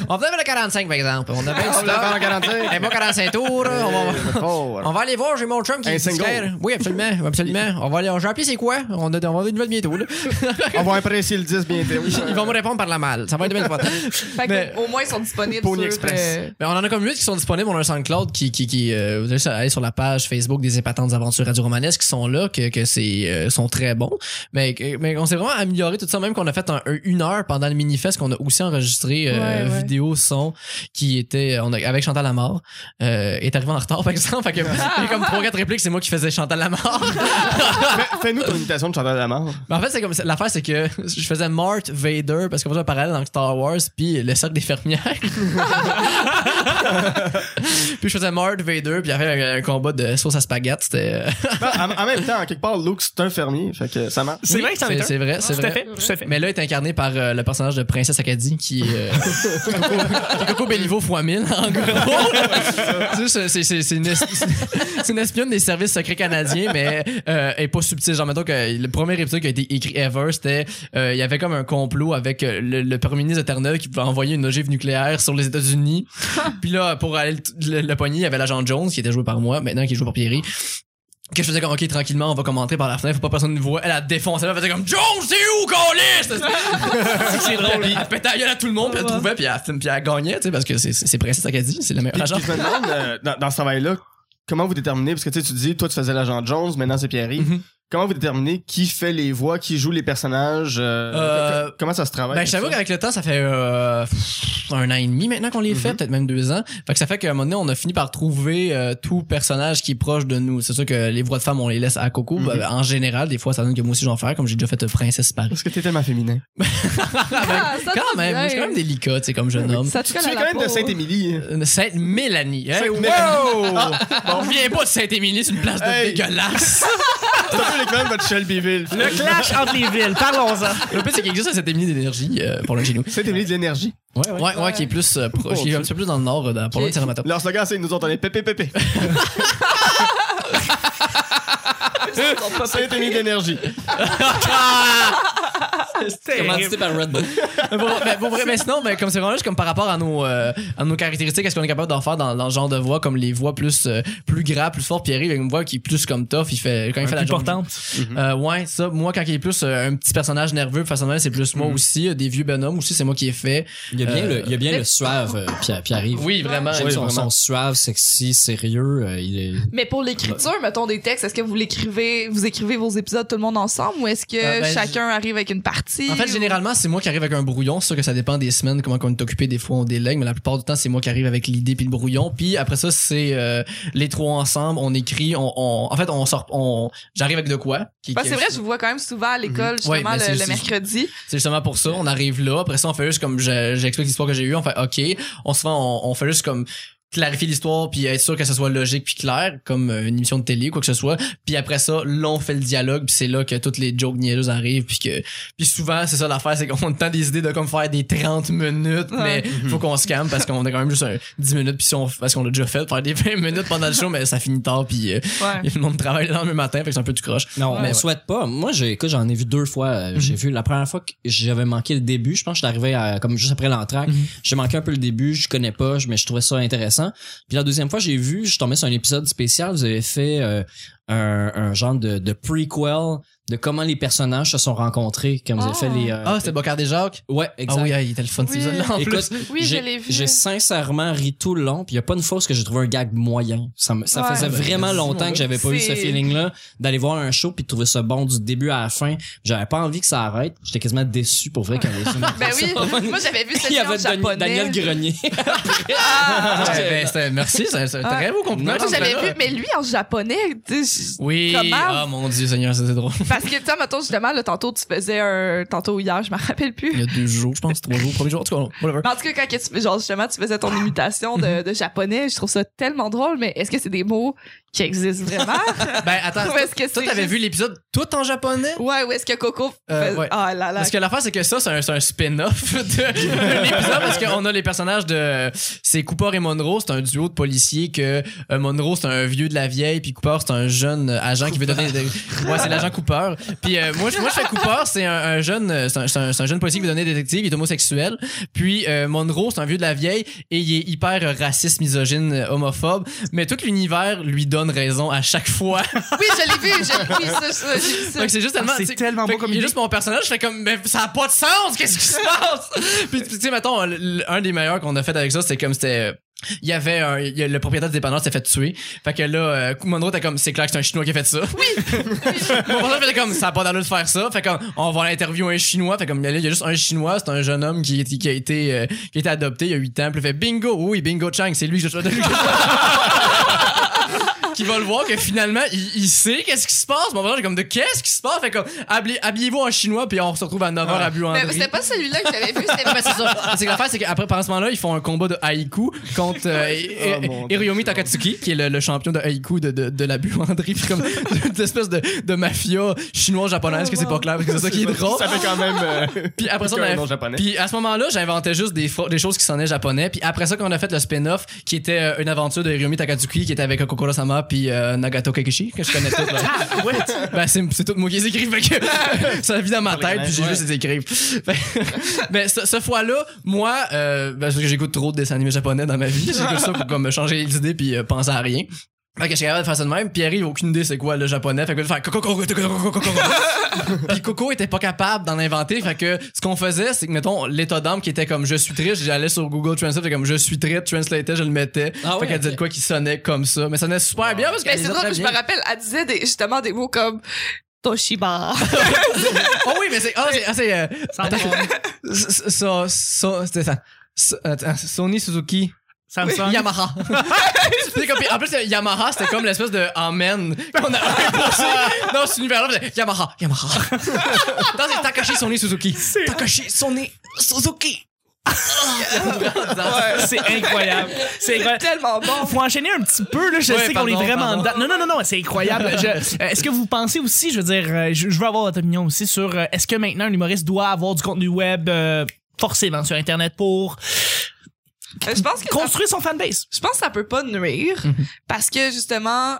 [SPEAKER 2] on faisait le 45 par exemple. On a bien
[SPEAKER 4] On
[SPEAKER 2] du
[SPEAKER 4] l'a
[SPEAKER 2] temps.
[SPEAKER 4] fait en 45.
[SPEAKER 2] Un bon 45 tours. On va,
[SPEAKER 4] Eh, (laughs)
[SPEAKER 2] on va aller voir, j'ai mon chum qui
[SPEAKER 4] Un
[SPEAKER 2] est
[SPEAKER 4] single.
[SPEAKER 2] disquaire. Oui, absolument, absolument. On va aller, j'ai appelé c'est quoi? On a, on va avoir des nouvelles bientôt. Là.
[SPEAKER 4] On va apprécier le 10 bientôt.
[SPEAKER 2] Ils vont me répondre par la malle. Ça va être bien le fun.
[SPEAKER 3] Fait que
[SPEAKER 2] Mais-
[SPEAKER 3] au moins, ils sont disponibles.
[SPEAKER 4] Pony
[SPEAKER 3] sur,
[SPEAKER 4] Express.
[SPEAKER 3] euh,
[SPEAKER 2] Mais on en a comme 8 qui sont disponibles. On a un SoundCloud qui, qui, qui euh, vous allez sur- aller sur la page Facebook des épatantes aventures radio romanesques qui sont là, que, que c'est, euh, sont très bons. Mais, que- mais on s'est vraiment amélioré tout ça, même qu'on a fait un, un- une heure pendant le mini-fest qu'on a aussi enregistré euh,
[SPEAKER 3] Ouais, ouais.
[SPEAKER 2] vidéo, son, qui était, on a- avec Chantal Lamar, euh, est arrivé en retard, par exemple. Fait que,
[SPEAKER 3] Ah.
[SPEAKER 2] il y a comme trois, quatre répliques, c'est moi qui faisais Chantal Lamar.
[SPEAKER 4] Fais- Fais-nous ton imitation de Chantal Lamar.
[SPEAKER 2] Mais en fait, c'est comme ça. L'affaire, c'est que (laughs) je faisais Mart Vader parce qu'on faisait un parallèle dans Star Wars puis le cercle
[SPEAKER 1] (laughs)
[SPEAKER 2] des fermières. puis je faisais Mart Vader puis avait un, un combat de sauce à spaghette. C'était. euh,
[SPEAKER 4] Non, Ben, En en même temps, en quelque part, Luke, c'est un fermier. Fait que ça marche.
[SPEAKER 1] C'est vrai que ça m'étonne.
[SPEAKER 2] C'est vrai, c'est
[SPEAKER 1] Tout à
[SPEAKER 2] vrai.
[SPEAKER 1] fait, tout à fait.
[SPEAKER 2] Mais là, il est incarné par euh, le personnage de Princesse Acadie qui
[SPEAKER 1] (laughs)
[SPEAKER 2] est euh, Coco- Coco Bellivo fois 1000, en gros. Tu sais, c'est- c'est- c'est c'est une, es- c'est une espionne des services secrets canadiens, mais euh, elle est pas subtile. Genre, mettons que le premier épisode qui a été écrit ever, c'était euh, il y avait comme un complot avec euh, le, le premier ministre de Terre-Neuve qui pouvait envoyer une ogive nucléaire sur les États-Unis. Puis là, pour aller le, le, le pogner, il y avait l'agent Jones qui était joué par moi, maintenant qui est joué par Pierry que je faisais comme ok tranquillement on va commenter par la fenêtre faut pas personne nous voit elle a défoncé elle faisait comme Jones c'est où qu'on c'est drôle elle pétait la gueule à tout le monde puis elle trouvait puis elle, puis elle gagnait tu sais parce que c'est c'est Princesse Acadie c'est le meilleur
[SPEAKER 4] Puis,
[SPEAKER 2] agent
[SPEAKER 4] puis je me demande, euh, dans, dans ce travail-là, comment vous déterminez, parce que tu sais, tu dis, toi tu faisais l'agent Jones, maintenant c'est Pierre.
[SPEAKER 2] Mhm.
[SPEAKER 4] Comment vous déterminez qui fait les voix, qui joue les personnages, euh,
[SPEAKER 2] Euh,
[SPEAKER 4] co- co- comment ça se travaille?
[SPEAKER 2] ben
[SPEAKER 4] tout
[SPEAKER 2] j'avoue
[SPEAKER 4] ça?
[SPEAKER 2] qu'avec le temps ça fait euh, pff, un an et demi maintenant qu'on les
[SPEAKER 4] Mhm.
[SPEAKER 2] fait peut-être même deux ans fait que ça fait qu'à un moment donné on a fini par trouver euh, tout personnage qui est proche de nous c'est sûr que les voix de femmes on les laisse à Coco
[SPEAKER 4] Mhm.
[SPEAKER 2] Ben, en général des fois ça donne que moi aussi j'en fais comme j'ai déjà fait euh, Princesse
[SPEAKER 4] (laughs)
[SPEAKER 2] Paris
[SPEAKER 4] Parce que t'es tellement féminin.
[SPEAKER 3] Ah,
[SPEAKER 2] ben,
[SPEAKER 3] ça
[SPEAKER 2] quand
[SPEAKER 3] te
[SPEAKER 2] même
[SPEAKER 3] vient.
[SPEAKER 2] moi, je suis quand même délicat tu sais comme jeune homme
[SPEAKER 3] Ça te
[SPEAKER 4] Tu
[SPEAKER 3] colle à
[SPEAKER 4] es
[SPEAKER 3] la
[SPEAKER 4] quand même de
[SPEAKER 3] peau.
[SPEAKER 4] Sainte-Émilie. hein.
[SPEAKER 2] Euh, Sainte-Mélanie. hein?
[SPEAKER 4] (laughs) Sainte-Mélanie.
[SPEAKER 2] Wow! on revient pas de Sainte-Émilie, c'est une place de
[SPEAKER 4] Hey. (laughs)
[SPEAKER 2] dégueulasse.
[SPEAKER 4] C'est un peu l'équivalent de votre Shelbyville.
[SPEAKER 1] Le clash entre les villes,
[SPEAKER 2] (laughs)
[SPEAKER 1] parlons-en.
[SPEAKER 2] Le plus, c'est qu'il existe à Sainte-Émilie d'énergie euh, pour le chez nous.
[SPEAKER 4] Sainte-Émilie de l'énergie.
[SPEAKER 2] Ouais, ouais, qui est plus
[SPEAKER 4] Oh,
[SPEAKER 2] euh, proche, qui est un petit peu plus dans le nord, euh, dans, pour loin de Saint-Amato.
[SPEAKER 4] Leur slogan, c'est nous autres, on est
[SPEAKER 3] (laughs)
[SPEAKER 4] pépé pépé. Sainte-Émilie d'énergie.
[SPEAKER 1] C'était
[SPEAKER 5] Commandité par Red Bull.
[SPEAKER 2] mais, pour- mais pour vrai, mais sinon, ben, comme c'est vraiment juste comme par rapport à nos, euh, à nos caractéristiques, est-ce qu'on est capable d'en faire dans, dans le genre de voix, comme les voix plus, euh, plus gras, plus fortes, Pierre, il a une voix qui est plus comme tough, il fait, quand il fait la
[SPEAKER 1] plus
[SPEAKER 2] journée.
[SPEAKER 1] importante.
[SPEAKER 2] Euh, ouais, ça, moi, quand il est plus euh, un petit personnage nerveux, personnel, c'est plus moi aussi. Euh, Des vieux bonhommes aussi, c'est moi qui ai fait.
[SPEAKER 5] Il y a bien,
[SPEAKER 2] Euh,
[SPEAKER 5] le, il y a bien le suave, euh, Pierre, Pierre Yves.
[SPEAKER 2] Oui, vraiment.
[SPEAKER 5] J'aime
[SPEAKER 2] oui,
[SPEAKER 5] son,
[SPEAKER 2] vraiment.
[SPEAKER 5] son suave, sexy, sérieux. euh, il est...
[SPEAKER 3] Mais pour l'écriture, mettons des textes, est-ce que vous l'écrivez, vous écrivez vos épisodes tout le monde ensemble ou est-ce que
[SPEAKER 2] Euh, ben,
[SPEAKER 3] chacun arrive avec une partie?
[SPEAKER 2] En fait,
[SPEAKER 3] ou-
[SPEAKER 2] généralement, c'est moi qui arrive avec un brouillon. C'est sûr que ça dépend des semaines, comment on est occupé. Des fois, on délègue, mais la plupart du temps, c'est moi qui arrive avec l'idée puis le brouillon. Puis après ça, c'est euh, les trois ensemble. On écrit. On, on- en fait, on sort. On, j'arrive avec de quoi. qui-
[SPEAKER 3] Parce
[SPEAKER 2] qui-
[SPEAKER 3] que c'est vrai, je vous vois quand même souvent à l'école,
[SPEAKER 2] Mhm. Ouais,
[SPEAKER 3] justement,
[SPEAKER 2] mais c'est
[SPEAKER 3] le, le
[SPEAKER 2] juste-
[SPEAKER 3] mercredi.
[SPEAKER 2] (laughs) C'est justement pour ça. On arrive là. Après ça, on fait juste comme je- j'explique l'histoire que j'ai eue. On fait OK. On se fait, on, on fait juste comme clarifier l'histoire puis être sûr que ce soit logique puis clair comme euh, une émission de télé ou quoi que ce soit puis après ça là on fait le dialogue puis c'est là que toutes les jokes niaiseuses arrivent puis que puis souvent c'est ça l'affaire c'est qu'on (laughs) a tant des idées de comme faire des 30 minutes mais
[SPEAKER 3] Ouais.
[SPEAKER 2] faut qu'on se calme parce qu'on a quand même juste un 10 minutes puis si on parce qu'on l'a déjà fait faire des (laughs) 20 minutes pendant le show mais ça finit tard puis euh,
[SPEAKER 3] Ouais.
[SPEAKER 2] le monde travaille le lendemain matin fait que c'est un peu du croche
[SPEAKER 5] Non,
[SPEAKER 2] Mais
[SPEAKER 5] mais
[SPEAKER 2] ouais. Mhm.
[SPEAKER 5] souhaite pas. Moi, j'ai, écoute, j'en ai vu deux fois. Euh, J'ai vu la première fois que j'avais manqué le début. Je pense que j'étais arrivé à, comme juste après l'entraque.
[SPEAKER 2] Mhm.
[SPEAKER 5] J'ai manqué un peu le début. Je connais pas, je- mais je trouvais ça intéressant. Puis la deuxième fois, j'ai vu, je suis tombé sur un épisode spécial. Vous avez fait euh, un, un genre de, de prequel de comment les personnages se sont rencontrés, comme vous avez
[SPEAKER 3] Ah.
[SPEAKER 5] fait les. euh,
[SPEAKER 2] ah c'était Bocard des Jacques
[SPEAKER 5] ouais,
[SPEAKER 2] ah
[SPEAKER 5] exact.
[SPEAKER 2] oui ah, il était le fun de
[SPEAKER 3] Oui.
[SPEAKER 2] ces là en plus
[SPEAKER 5] Écoute,
[SPEAKER 3] Oui,
[SPEAKER 5] j'ai-
[SPEAKER 3] je l'ai vu.
[SPEAKER 5] J'ai sincèrement ri tout le long, puis il a pas une fausse que j'ai trouvé un gag moyen. Ça, me- ça
[SPEAKER 3] Ouais.
[SPEAKER 5] faisait
[SPEAKER 2] Ah ben,
[SPEAKER 5] vraiment
[SPEAKER 2] vas-y,
[SPEAKER 5] longtemps
[SPEAKER 2] mon
[SPEAKER 5] que j'avais pas eu ce
[SPEAKER 3] C'est-
[SPEAKER 5] feeling-là d'aller voir un show puis de trouver ça bon du début à la fin. J'avais pas envie que ça arrête. J'étais quasiment déçu pour vrai quand les films.
[SPEAKER 3] (laughs)
[SPEAKER 2] (laughs)
[SPEAKER 3] Ben oui, moi j'avais vu cette
[SPEAKER 5] Il y avait
[SPEAKER 3] séance
[SPEAKER 5] Dan-
[SPEAKER 3] japonaise.
[SPEAKER 5] Daniel Grenier.
[SPEAKER 3] Ah!
[SPEAKER 2] Ouais, ben, c'est- merci, c'est c'est un
[SPEAKER 3] Ah.
[SPEAKER 2] très beau compliment.
[SPEAKER 5] Non,
[SPEAKER 3] Moi, j'avais
[SPEAKER 2] Là.
[SPEAKER 3] vu, mais lui en japonais, tu sais, je-
[SPEAKER 2] Oui,
[SPEAKER 3] Comment?
[SPEAKER 2] ah mon dieu Seigneur, ça, c'est drôle.
[SPEAKER 3] parce que, tu sais, mettons, justement, là, tantôt, tu faisais un. Tantôt hier, je m'en rappelle plus.
[SPEAKER 2] Il y a deux jours, je pense, trois jours, premier jour, en tout cas, whatever.
[SPEAKER 3] Mais En tout cas, quand que tu, genre, justement, tu faisais ton imitation
[SPEAKER 2] (laughs)
[SPEAKER 3] de, de japonais, je trouve ça tellement drôle, mais est-ce que c'est des mots qui existent vraiment?
[SPEAKER 2] (laughs) Ben attends,
[SPEAKER 3] ou est-ce que
[SPEAKER 2] toi
[SPEAKER 3] c'est.
[SPEAKER 2] t'avais
[SPEAKER 3] juste-
[SPEAKER 2] vu l'épisode tout en japonais?
[SPEAKER 3] Ouais, ou est-ce que Coco.
[SPEAKER 2] Euh,
[SPEAKER 3] fais-
[SPEAKER 2] ouais.
[SPEAKER 3] Ah là là.
[SPEAKER 2] Parce que l'affaire, c'est que ça, c'est un, c'est un spin-off (laughs) de l'épisode parce qu'on a les personnages de. C'est Cooper et Monroe, c'est un duo de policiers que euh, Monroe, c'est un vieux de la vieille, puis Cooper, c'est un jeune agent qui veut donner. des- Ouais, c'est l'agent Cooper. Puis euh, moi, je- moi, je fais Cooper, c'est un, un jeune euh, c'est un, c'est un- c'est un jeune policier qui veut donner détective, il est homosexuel. Puis euh, Monroe, c'est un vieux de la vieille et il est hyper raciste, misogyne, euh, homophobe. Mais tout l'univers lui donne raison à chaque fois.
[SPEAKER 3] Oui, je l'ai vu, je l'ai vu, ça, ça, j'ai vu ça.
[SPEAKER 2] Fait que c'est juste tellement.
[SPEAKER 1] Ah, c'est
[SPEAKER 2] tu sais,
[SPEAKER 1] tellement
[SPEAKER 2] fait
[SPEAKER 1] beau
[SPEAKER 2] que
[SPEAKER 1] comme
[SPEAKER 2] il y a
[SPEAKER 1] idée.
[SPEAKER 2] juste mon personnage, je fais comme, mais ça a pas de sens, qu'est-ce qui
[SPEAKER 1] (laughs)
[SPEAKER 2] se passe? Puis, tu sais, mettons, le- le- un des meilleurs qu'on a fait avec ça, c'est comme c'était. Il y avait un, il y a- le propriétaire du dépanneur s'est fait tuer. Fait que là, euh, Monroe t'es comme, c'est clair que c'est un chinois qui a fait ça. Oui! Mon personnage était comme, ça a pas d'allure de faire ça. Fait comme, on va l'interviewer un chinois. Fait comme, là, il y a juste un chinois, c'est un jeune homme qui, qui a été, euh, qui a été adopté il y a 8 ans. Puis il fait bingo, oui, bingo Chang, c'est lui que je (laughs) qui va le voir que finalement il, il sait qu'est-ce qui se passe mon frère j'ai comme de qu'est-ce qui se passe fait comme habillez- habillez-vous en chinois puis on se retrouve à 9h à
[SPEAKER 3] Mais
[SPEAKER 2] Buandry
[SPEAKER 3] c'était pas celui-là que j'avais vu, c'était
[SPEAKER 2] c'est ça. C'est que l'affaire, c'est qu'après, pendant ce moment-là, ils font un combat de haïku contre euh,
[SPEAKER 4] Oh, mon Dieu.
[SPEAKER 2] Hiroyomi Takatsuki, qui est le, le champion de haïku de, de, de la buanderie, puis comme (laughs) une espèce de, de mafia chinois-japonaise, que c'est pas clair, parce que c'est ça qui est drôle.
[SPEAKER 4] Ça fait quand même. euh,
[SPEAKER 2] Puis après ça, on
[SPEAKER 4] qu'un
[SPEAKER 2] avait-
[SPEAKER 4] nom japonais.
[SPEAKER 2] puis à ce moment-là, j'inventais juste des, fro- des choses qui sonnaient japonais. Puis après ça, quand on a fait le spin-off, qui était euh, une aventure de Hiromi Takatsuki, qui était avec euh, Kokoro Sama puis euh, Nagato Kekishi, que je connais tout. là. ben, c'est, c'est tout moi qui les écris, fait que ça vit dans ma tête, puis j'ai juste les écrits. (laughs) Fait- Mais ce, ce fois-là, moi, euh, ben, parce que j'écoute trop de dessins animés japonais dans ma vie, (laughs) j'écoute ça pour comme me changer les idées puis euh, penser à rien. Fait que je suis capable de faire ça de même. Pierre, il a aucune idée c'est quoi le japonais. Fait que je vais faire coco, coco, coco, coco, coco, coco. Puis Coco était pas capable d'en inventer. Fait que ce qu'on faisait, c'est que, mettons, l'état d'âme qui était comme je suis triste, j'allais sur Google Translate, fait comme je suis triste, translated, je le mettais.
[SPEAKER 5] Ah
[SPEAKER 2] fait
[SPEAKER 5] ouais,
[SPEAKER 2] qu'elle disait de
[SPEAKER 5] ok.
[SPEAKER 2] quoi qui sonnait comme ça. Mais ça sonnait super (laughs) bien parce que.
[SPEAKER 3] Mais Ben, c'est drôle, je me rappelle, elle disait des- justement des mots comme Toshiba.
[SPEAKER 2] Oh oui, mais c'est. Ah, c'est. Ah, c'est. euh,
[SPEAKER 1] Ça me
[SPEAKER 2] attends. S- so- so- C'était ça. S- attends, Sony Suzuki.
[SPEAKER 1] Samsung.
[SPEAKER 2] Yamaha. C'était comme- puis en plus, Yamaha, c'était comme l'espèce de Amen qu'on a imposé dans cet univers-là. C'était Yamaha, Yamaha. Dans c'est Takashi Sony Suzuki. Takashi Sony Suzuki.
[SPEAKER 1] C'est incroyable. C'est
[SPEAKER 3] (laughs) C'est
[SPEAKER 1] incroyable.
[SPEAKER 3] tellement bon.
[SPEAKER 1] Faut enchaîner un petit peu, là. Je
[SPEAKER 2] Ouais,
[SPEAKER 1] sais qu'on
[SPEAKER 2] pardon,
[SPEAKER 1] est vraiment
[SPEAKER 2] pardon.
[SPEAKER 1] dedans. Non, non, non, non, c'est incroyable. Je- euh, est-ce que vous pensez aussi, je veux dire, euh, je, je veux avoir votre opinion aussi sur euh, est-ce que maintenant un humoriste doit avoir du contenu web euh, forcément sur Internet pour
[SPEAKER 3] Euh, Je pense que ça-
[SPEAKER 1] construire son fanbase?
[SPEAKER 3] je pense que ça peut pas nuire parce que justement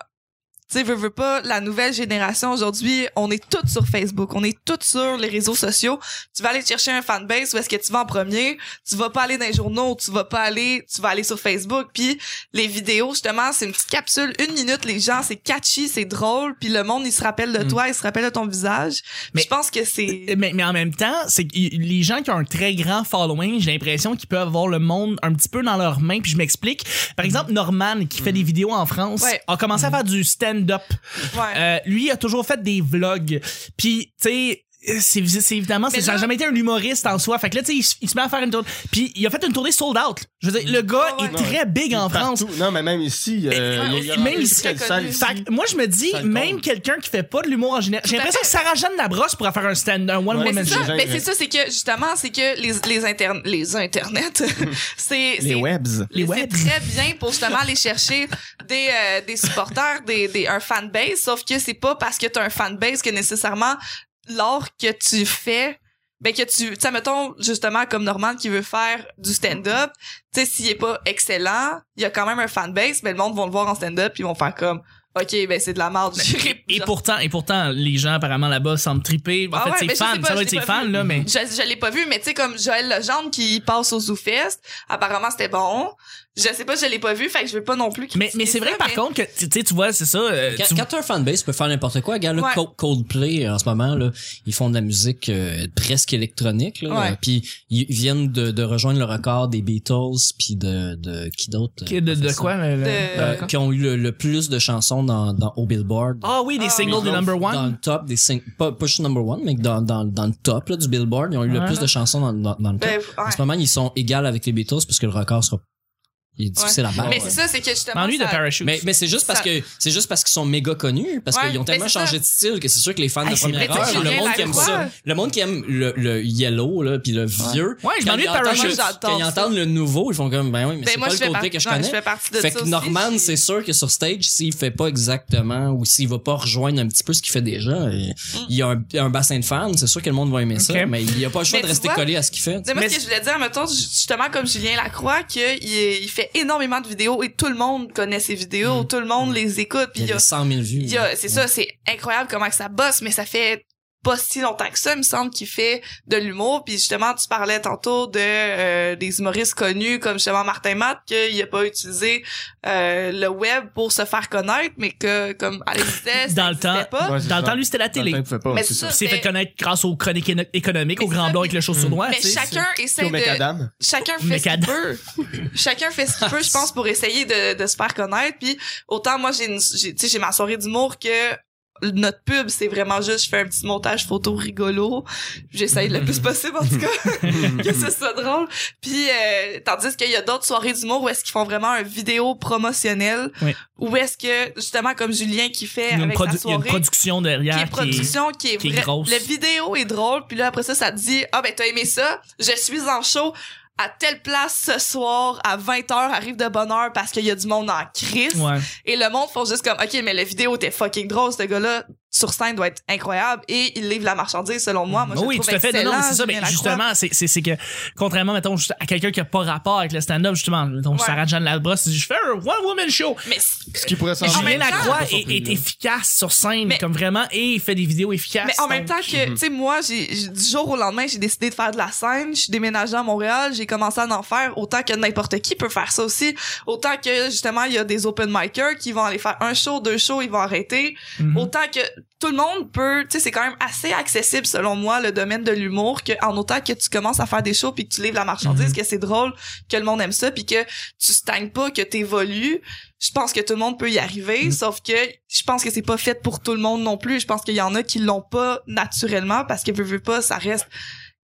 [SPEAKER 3] tu sais, veux, veux pas, la nouvelle génération aujourd'hui, on est toutes sur Facebook, on est toutes sur les réseaux sociaux. Tu vas aller chercher un fanbase, où est-ce que tu vas en premier? Tu vas pas aller dans les journaux, tu vas pas aller, tu vas aller sur Facebook. Puis les vidéos, justement, c'est une petite capsule, une minute, les gens, c'est catchy, c'est drôle, puis le monde, il se rappelle de
[SPEAKER 2] Mm.
[SPEAKER 3] toi, il se rappelle de ton visage.
[SPEAKER 1] Mais-
[SPEAKER 3] Mais je pense que c'est...
[SPEAKER 1] Mais, mais en même temps, c'est que y- les gens qui ont un très grand following, j'ai l'impression qu'ils peuvent avoir le monde un petit peu dans leurs mains. Puis je m'explique. Par exemple, Norman, qui
[SPEAKER 2] Mhm.
[SPEAKER 1] fait des vidéos en France,
[SPEAKER 3] Ouais.
[SPEAKER 1] a commencé à faire du stand-up.
[SPEAKER 3] Ouais.
[SPEAKER 1] (laughs) Euh, lui a toujours fait des vlogs. Puis, tu sais, c'est, c'est évidemment,
[SPEAKER 3] Mais
[SPEAKER 1] c'est- ça n'a
[SPEAKER 3] là-
[SPEAKER 1] jamais été un humoriste en soi. Fait que là, tu sais, il se- il, se met à faire une tournée. Puis, il a fait une tournée sold out. Je veux dire, le gars
[SPEAKER 3] Ah Ouais, ouais.
[SPEAKER 1] est très big en France.
[SPEAKER 4] Partout. Non, mais même ici. euh,
[SPEAKER 3] ouais,
[SPEAKER 4] il y a-
[SPEAKER 3] même
[SPEAKER 4] il y a-
[SPEAKER 1] ici,
[SPEAKER 4] quelle salle
[SPEAKER 3] c'est
[SPEAKER 4] ici?
[SPEAKER 1] Fait que moi, je me dis,
[SPEAKER 4] Ça le
[SPEAKER 1] même
[SPEAKER 4] compte.
[SPEAKER 1] quelqu'un qui fait pas de l'humour en général, j'ai
[SPEAKER 3] Tout à
[SPEAKER 1] l'impression que
[SPEAKER 3] fait.
[SPEAKER 1] Sarah Jeanne Labrosse pourrait faire un stand, un one
[SPEAKER 4] Ouais,
[SPEAKER 1] woman
[SPEAKER 3] Mais c'est
[SPEAKER 1] show.
[SPEAKER 3] (laughs) ça,
[SPEAKER 4] gens,
[SPEAKER 3] mais
[SPEAKER 4] ils-
[SPEAKER 3] c'est ça, c'est que justement, c'est que les, les, interne- les internets, (laughs) c'est.
[SPEAKER 4] Les
[SPEAKER 3] c'est-
[SPEAKER 4] webs.
[SPEAKER 1] Les
[SPEAKER 3] c'est
[SPEAKER 1] web.
[SPEAKER 3] très bien pour justement aller chercher des, euh, des supporters, des, des, un fanbase, sauf que c'est pas parce que t'as un fanbase que nécessairement l'art que tu fais, ben que tu, tu sais, mettons, justement, comme Norman qui veut faire du stand-up, tu sais, s'il est pas excellent, il y a quand même un fanbase, mais le monde va le voir en stand-up, puis ils vont faire comme, OK, ben c'est de la merde, j'irai
[SPEAKER 1] Et
[SPEAKER 3] genre,
[SPEAKER 1] pourtant, et pourtant, les gens apparemment là-bas semblent triper. En
[SPEAKER 3] Ah ouais,
[SPEAKER 1] fait,
[SPEAKER 3] mais
[SPEAKER 1] c'est
[SPEAKER 3] je
[SPEAKER 1] fan,
[SPEAKER 3] sais pas,
[SPEAKER 1] ça doit
[SPEAKER 3] je
[SPEAKER 1] être
[SPEAKER 3] l'ai
[SPEAKER 1] ses
[SPEAKER 3] pas
[SPEAKER 1] fans, là, mais.
[SPEAKER 3] Je, je l'ai pas vu, mais tu sais, comme Joël Legendre qui passe au ZooFest, apparemment c'était bon. Je sais pas, je l'ai pas vu, fait que je veux pas non plus
[SPEAKER 1] Mais,
[SPEAKER 3] critiquer
[SPEAKER 1] mais c'est vrai,
[SPEAKER 3] ça,
[SPEAKER 1] par
[SPEAKER 3] mais-
[SPEAKER 1] contre, que, tu sais, tu vois, c'est ça. euh,
[SPEAKER 5] Quand,
[SPEAKER 1] tu-
[SPEAKER 5] quand t'as un fanbase, tu peux faire n'importe quoi. Regarde, là,
[SPEAKER 3] Ouais.
[SPEAKER 5] Cold- Coldplay, euh, en ce moment, là, ils font de la musique euh, presque électronique. Là,
[SPEAKER 3] Ouais.
[SPEAKER 5] Euh, Puis ils viennent de, de rejoindre le record des Beatles, puis de, de qui d'autre?
[SPEAKER 1] que- de,
[SPEAKER 5] euh,
[SPEAKER 1] de
[SPEAKER 5] ça?
[SPEAKER 1] quoi, le- le-
[SPEAKER 3] De-
[SPEAKER 5] Euh, qui ont eu le, le plus de chansons dans, dans, au Billboard.
[SPEAKER 1] Ah oui, des
[SPEAKER 3] Ah,
[SPEAKER 1] singles
[SPEAKER 4] oui.
[SPEAKER 1] du number
[SPEAKER 5] Dans
[SPEAKER 1] one.
[SPEAKER 5] le top des sing- pas, pas juste number one, mais dans, dans, dans le top là, du Billboard, ils ont eu
[SPEAKER 1] Ouais.
[SPEAKER 5] le plus de chansons dans, dans, dans le top.
[SPEAKER 3] Ben,
[SPEAKER 5] En
[SPEAKER 3] ouais.
[SPEAKER 5] ce moment, ils sont égales avec les Beatles parce que le record sera il est difficile à battre.
[SPEAKER 3] Mais c'est ça, c'est que justement.
[SPEAKER 1] M'ennuie de
[SPEAKER 3] ça-
[SPEAKER 1] parachute.
[SPEAKER 5] Mais, mais c'est juste parce
[SPEAKER 3] Ça-
[SPEAKER 5] que c'est juste parce qu'ils sont méga connus parce
[SPEAKER 3] Ouais,
[SPEAKER 5] qu'ils ont
[SPEAKER 3] mais
[SPEAKER 5] tellement
[SPEAKER 3] c'est
[SPEAKER 5] changé
[SPEAKER 3] ça.
[SPEAKER 5] de style que c'est sûr que les fans
[SPEAKER 1] Hey,
[SPEAKER 5] de
[SPEAKER 1] c'est
[SPEAKER 5] première
[SPEAKER 1] vrai,
[SPEAKER 3] tu sais,
[SPEAKER 5] heure, le
[SPEAKER 3] j'ai
[SPEAKER 5] monde
[SPEAKER 3] rien
[SPEAKER 5] qui
[SPEAKER 3] à
[SPEAKER 5] aime
[SPEAKER 3] croire.
[SPEAKER 5] ça, le monde qui aime le, le yellow là puis le vieux.
[SPEAKER 1] Ouais, je
[SPEAKER 5] quand
[SPEAKER 1] m'ennuie
[SPEAKER 5] ils
[SPEAKER 1] de
[SPEAKER 5] entendent
[SPEAKER 1] Parachute.
[SPEAKER 5] le-
[SPEAKER 3] J'adore
[SPEAKER 5] Quand ils
[SPEAKER 3] ça.
[SPEAKER 5] entendent le nouveau, ils font comme ben oui, mais
[SPEAKER 3] Ben,
[SPEAKER 5] c'est
[SPEAKER 3] moi,
[SPEAKER 5] pas
[SPEAKER 3] je
[SPEAKER 5] le
[SPEAKER 3] fais,
[SPEAKER 5] côté
[SPEAKER 3] partie,
[SPEAKER 5] que je
[SPEAKER 3] non,
[SPEAKER 5] connais.
[SPEAKER 3] je fais partie de
[SPEAKER 5] Fait
[SPEAKER 3] ça.
[SPEAKER 5] que
[SPEAKER 3] aussi,
[SPEAKER 5] Norman,
[SPEAKER 3] j'ai-
[SPEAKER 5] c'est sûr que sur stage, s'il fait pas exactement ou s'il va pas rejoindre un petit peu ce qu'il fait déjà, il
[SPEAKER 3] Mm.
[SPEAKER 5] il y a un, il y a un bassin de fans, c'est sûr que le monde va aimer
[SPEAKER 1] Ok.
[SPEAKER 5] ça, mais il y a pas le choix
[SPEAKER 3] Mais
[SPEAKER 5] de
[SPEAKER 3] tu
[SPEAKER 5] rester
[SPEAKER 3] vois,
[SPEAKER 5] collé à ce qu'il fait.
[SPEAKER 3] Tu sais, moi, ce que je voulais dire, mettons, ju- justement, comme Julien Lacroix, qu'il il fait énormément de vidéos et tout le monde connaît ses
[SPEAKER 5] Mm.
[SPEAKER 3] vidéos, tout le monde les écoute, puis
[SPEAKER 5] Il
[SPEAKER 3] il
[SPEAKER 5] y a des 100 000 vues.
[SPEAKER 3] Il y a- c'est ça, c'est incroyable comment que ça bosse, mais ça fait pas si longtemps que ça, il me semble, qu'il fait de l'humour. Puis justement, tu parlais tantôt de euh, des humoristes connus comme justement Martin Matt, qu'il a pas utilisé euh, le web pour se faire connaître, mais que comme Alex
[SPEAKER 1] (laughs)
[SPEAKER 3] disait, ça
[SPEAKER 1] Dans le
[SPEAKER 3] existait
[SPEAKER 1] temps-
[SPEAKER 3] pas.
[SPEAKER 4] Ouais, c'est
[SPEAKER 1] Dans le
[SPEAKER 4] ça.
[SPEAKER 1] temps, lui, c'était la
[SPEAKER 4] Dans le
[SPEAKER 1] télé.
[SPEAKER 4] temps, il pouvait pas,
[SPEAKER 3] Mais
[SPEAKER 4] c'est
[SPEAKER 3] ça,
[SPEAKER 4] ça.
[SPEAKER 1] Puis s'est
[SPEAKER 3] mais-
[SPEAKER 1] fait connaître grâce aux chroniques éno- économiques,
[SPEAKER 3] Mais
[SPEAKER 1] au Grand
[SPEAKER 3] ça,
[SPEAKER 1] Blanc
[SPEAKER 3] mais-
[SPEAKER 1] avec le chaussure noir.
[SPEAKER 3] Mais
[SPEAKER 1] tu sais,
[SPEAKER 3] chacun
[SPEAKER 4] Puis
[SPEAKER 3] essaie
[SPEAKER 4] au
[SPEAKER 3] de...
[SPEAKER 4] Macadam.
[SPEAKER 3] Chacun fait ce qu'il
[SPEAKER 1] Macadam.
[SPEAKER 3] peut. Chacun fait ce qu'il peut, je pense, pour essayer de, de se faire connaître. Puis autant moi, j'ai, une- j'ai, tu sais, j'ai ma soirée d'humour que notre pub, c'est vraiment juste, je fais un petit montage photo rigolo. J'essaye le plus possible, en tout cas, que ce soit drôle. Puis, euh, tandis qu'il y a d'autres soirées d'humour où est-ce qu'ils font vraiment une vidéo promotionnelle.
[SPEAKER 1] Oui.
[SPEAKER 3] Où est-ce que, justement, comme Julien qui
[SPEAKER 1] Il y
[SPEAKER 3] fait
[SPEAKER 1] a une,
[SPEAKER 3] avec
[SPEAKER 1] produ- il
[SPEAKER 3] sa
[SPEAKER 1] y a une
[SPEAKER 3] soirée
[SPEAKER 1] production
[SPEAKER 3] qui est
[SPEAKER 1] derrière qui est-
[SPEAKER 3] production, qui est,
[SPEAKER 1] qui est
[SPEAKER 3] vraie.
[SPEAKER 1] grosse.
[SPEAKER 3] La vidéo est drôle, puis là, après ça, ça te dit, ah ben, t'as aimé ça, je suis en show à telle place ce soir, à 20h, arrive de bonne heure parce qu'il y a du monde en crise.
[SPEAKER 1] Ouais.
[SPEAKER 3] Et le monde font juste comme, OK, mais la vidéo était fucking drôle, ce gars-là, sur scène, doit être incroyable, et il livre la marchandise, selon Ah, moi. Moi, je
[SPEAKER 1] oui,
[SPEAKER 3] le
[SPEAKER 1] tout
[SPEAKER 3] trouve
[SPEAKER 1] à fait. Non,
[SPEAKER 3] excellent,
[SPEAKER 1] non, mais c'est ça. Mais
[SPEAKER 3] Julien Lacroix.
[SPEAKER 1] justement, c'est, c'est, c'est que, contrairement, mettons, juste à quelqu'un qui a pas rapport avec le stand-up, justement, mettons,
[SPEAKER 3] Ouais.
[SPEAKER 1] Sarah Jeanne Labrosse, dit, je fais un one-woman show.
[SPEAKER 3] Mais c'est-
[SPEAKER 4] Ce qui pourrait
[SPEAKER 1] Et Julien
[SPEAKER 4] sembler.
[SPEAKER 3] même temps-
[SPEAKER 1] Lacroix
[SPEAKER 4] Je suis pas
[SPEAKER 1] est,
[SPEAKER 4] surpris,
[SPEAKER 1] est
[SPEAKER 4] là.
[SPEAKER 1] efficace sur scène,
[SPEAKER 3] Mais-
[SPEAKER 1] comme vraiment, et il fait des vidéos efficaces.
[SPEAKER 3] Mais en même
[SPEAKER 1] donc-
[SPEAKER 3] temps que, tu sais, moi, j'ai, j'ai- du jour au lendemain, j'ai décidé de faire de la scène. Je suis déménagée à Montréal. J'ai commencé à en faire autant que n'importe qui peut faire ça aussi. Autant que, justement, il y a des open micers qui vont aller faire un show, deux shows, ils vont arrêter.
[SPEAKER 1] Mhm.
[SPEAKER 2] Mm-hmm.
[SPEAKER 3] Autant que tout le monde peut, tu sais, c'est quand même assez accessible, selon moi, le domaine de l'humour, que en autant que tu commences à faire des shows puis que tu livres la
[SPEAKER 2] Mm-hmm.
[SPEAKER 3] marchandise, que c'est drôle, que le monde aime ça puis que tu stagnes pas, que t'évolues je pense que tout le monde peut y arriver,
[SPEAKER 2] Mm-hmm.
[SPEAKER 3] sauf que je pense que c'est pas fait pour tout le monde non plus. Je pense qu'il y en a qui l'ont pas naturellement parce que veux, veux pas, ça reste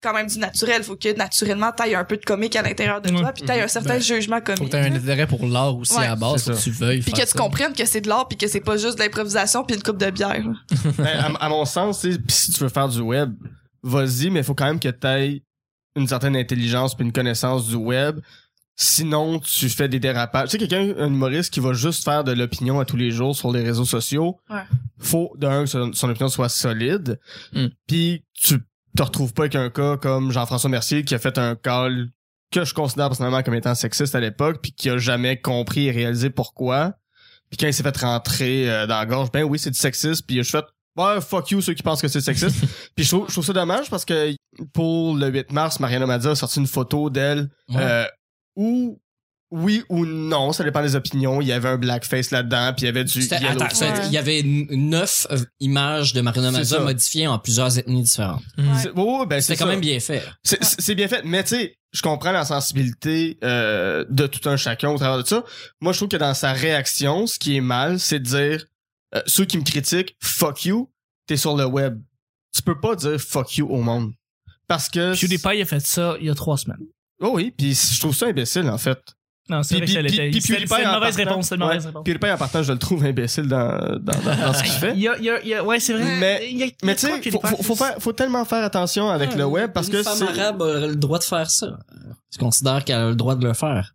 [SPEAKER 3] quand même du naturel. Faut que naturellement t'ailles un peu de comique à l'intérieur de toi, puis t'ailles un certain
[SPEAKER 2] Ben,
[SPEAKER 3] jugement comique.
[SPEAKER 2] Faut que t'aies un intérêt pour l'art aussi
[SPEAKER 3] Ouais,
[SPEAKER 2] à la base,
[SPEAKER 4] c'est
[SPEAKER 2] faut que
[SPEAKER 4] ça.
[SPEAKER 2] tu veuilles.
[SPEAKER 3] Puis que
[SPEAKER 2] faire
[SPEAKER 3] tu
[SPEAKER 2] ça.
[SPEAKER 3] comprennes que c'est de l'art, puis que c'est pas juste de l'improvisation, puis une coupe de bière. là.
[SPEAKER 4] Ben, à, à mon sens, tu sais, pis si tu veux faire du web, vas-y, mais il faut quand même que tu aies une certaine intelligence puis une connaissance du web. Sinon, tu fais des dérapages. Tu sais, quelqu'un, un humoriste qui va juste faire de l'opinion à tous les jours sur les réseaux sociaux,
[SPEAKER 3] Ouais.
[SPEAKER 4] faut, d'un, que son, son opinion soit solide,
[SPEAKER 5] Hmm.
[SPEAKER 2] Mm.
[SPEAKER 4] puis tu te retrouves pas avec un cas comme Jean-François Mercier qui a fait un call que je considère personnellement comme étant sexiste à l'époque, puis qui a jamais compris et réalisé pourquoi, puis Puis quand il s'est fait rentrer euh, dans la gorge, ben oui, c'est du sexisme. Puis je suis fait, ouais, fuck you ceux qui pensent que c'est
[SPEAKER 5] (laughs)
[SPEAKER 4] sexiste. puis je trouve, je trouve ça dommage parce que pour le 8 mars, Mariana Mazza a sorti une photo d'elle
[SPEAKER 5] Ouais.
[SPEAKER 4] euh, où, oui ou non, ça dépend des opinions, il y avait un blackface là-dedans, puis il y avait du
[SPEAKER 5] C'était-
[SPEAKER 4] yellow.
[SPEAKER 5] attends, ça a été-
[SPEAKER 3] Ouais.
[SPEAKER 5] il y avait n- neuf euh, images de Marina
[SPEAKER 4] C'est
[SPEAKER 5] Mazza
[SPEAKER 4] ça.
[SPEAKER 5] modifiées en plusieurs ethnies différentes.
[SPEAKER 4] C'est- ouais, ouais, ben, c'est
[SPEAKER 5] C'était quand
[SPEAKER 4] ça.
[SPEAKER 5] même bien fait.
[SPEAKER 4] C'est- C'est c'est bien fait, mais tu sais, je comprends la sensibilité euh, de tout un chacun au travers de ça. Moi, je trouve que dans sa réaction, ce qui est mal, c'est de dire euh, ceux qui me critiquent, fuck you, t'es sur le web. Tu peux pas dire fuck you au monde. Parce que.
[SPEAKER 1] PewDiePie a fait ça il y a trois semaines.
[SPEAKER 4] Oh oui, puis je trouve ça imbécile, en fait.
[SPEAKER 1] Non, c'est
[SPEAKER 4] Puis-
[SPEAKER 1] vrai que ça
[SPEAKER 4] puis-
[SPEAKER 1] l'était.
[SPEAKER 4] puis-
[SPEAKER 1] C'est
[SPEAKER 4] puis
[SPEAKER 1] c'est une
[SPEAKER 4] en
[SPEAKER 1] mauvaise
[SPEAKER 4] partant-
[SPEAKER 1] réponse. C'est une
[SPEAKER 4] ouais,
[SPEAKER 1] mauvaise réponse.
[SPEAKER 4] PewDiePie, en partant, je le trouve imbécile dans, dans, dans- dans ce qu'il fait.
[SPEAKER 1] Il y a, il y a- il y a- ouais, c'est vrai.
[SPEAKER 4] Mais-
[SPEAKER 1] Il y a- il y a
[SPEAKER 4] Mais tu
[SPEAKER 1] trois
[SPEAKER 4] sais, faut,
[SPEAKER 1] PewDiePie.
[SPEAKER 4] faut, faut faire- faut tellement faire attention avec le web parce
[SPEAKER 5] Ah, Une
[SPEAKER 4] que
[SPEAKER 5] femme
[SPEAKER 4] c'est-
[SPEAKER 5] arabe a le droit de faire ça. Je considère qu'elle a le droit de le faire.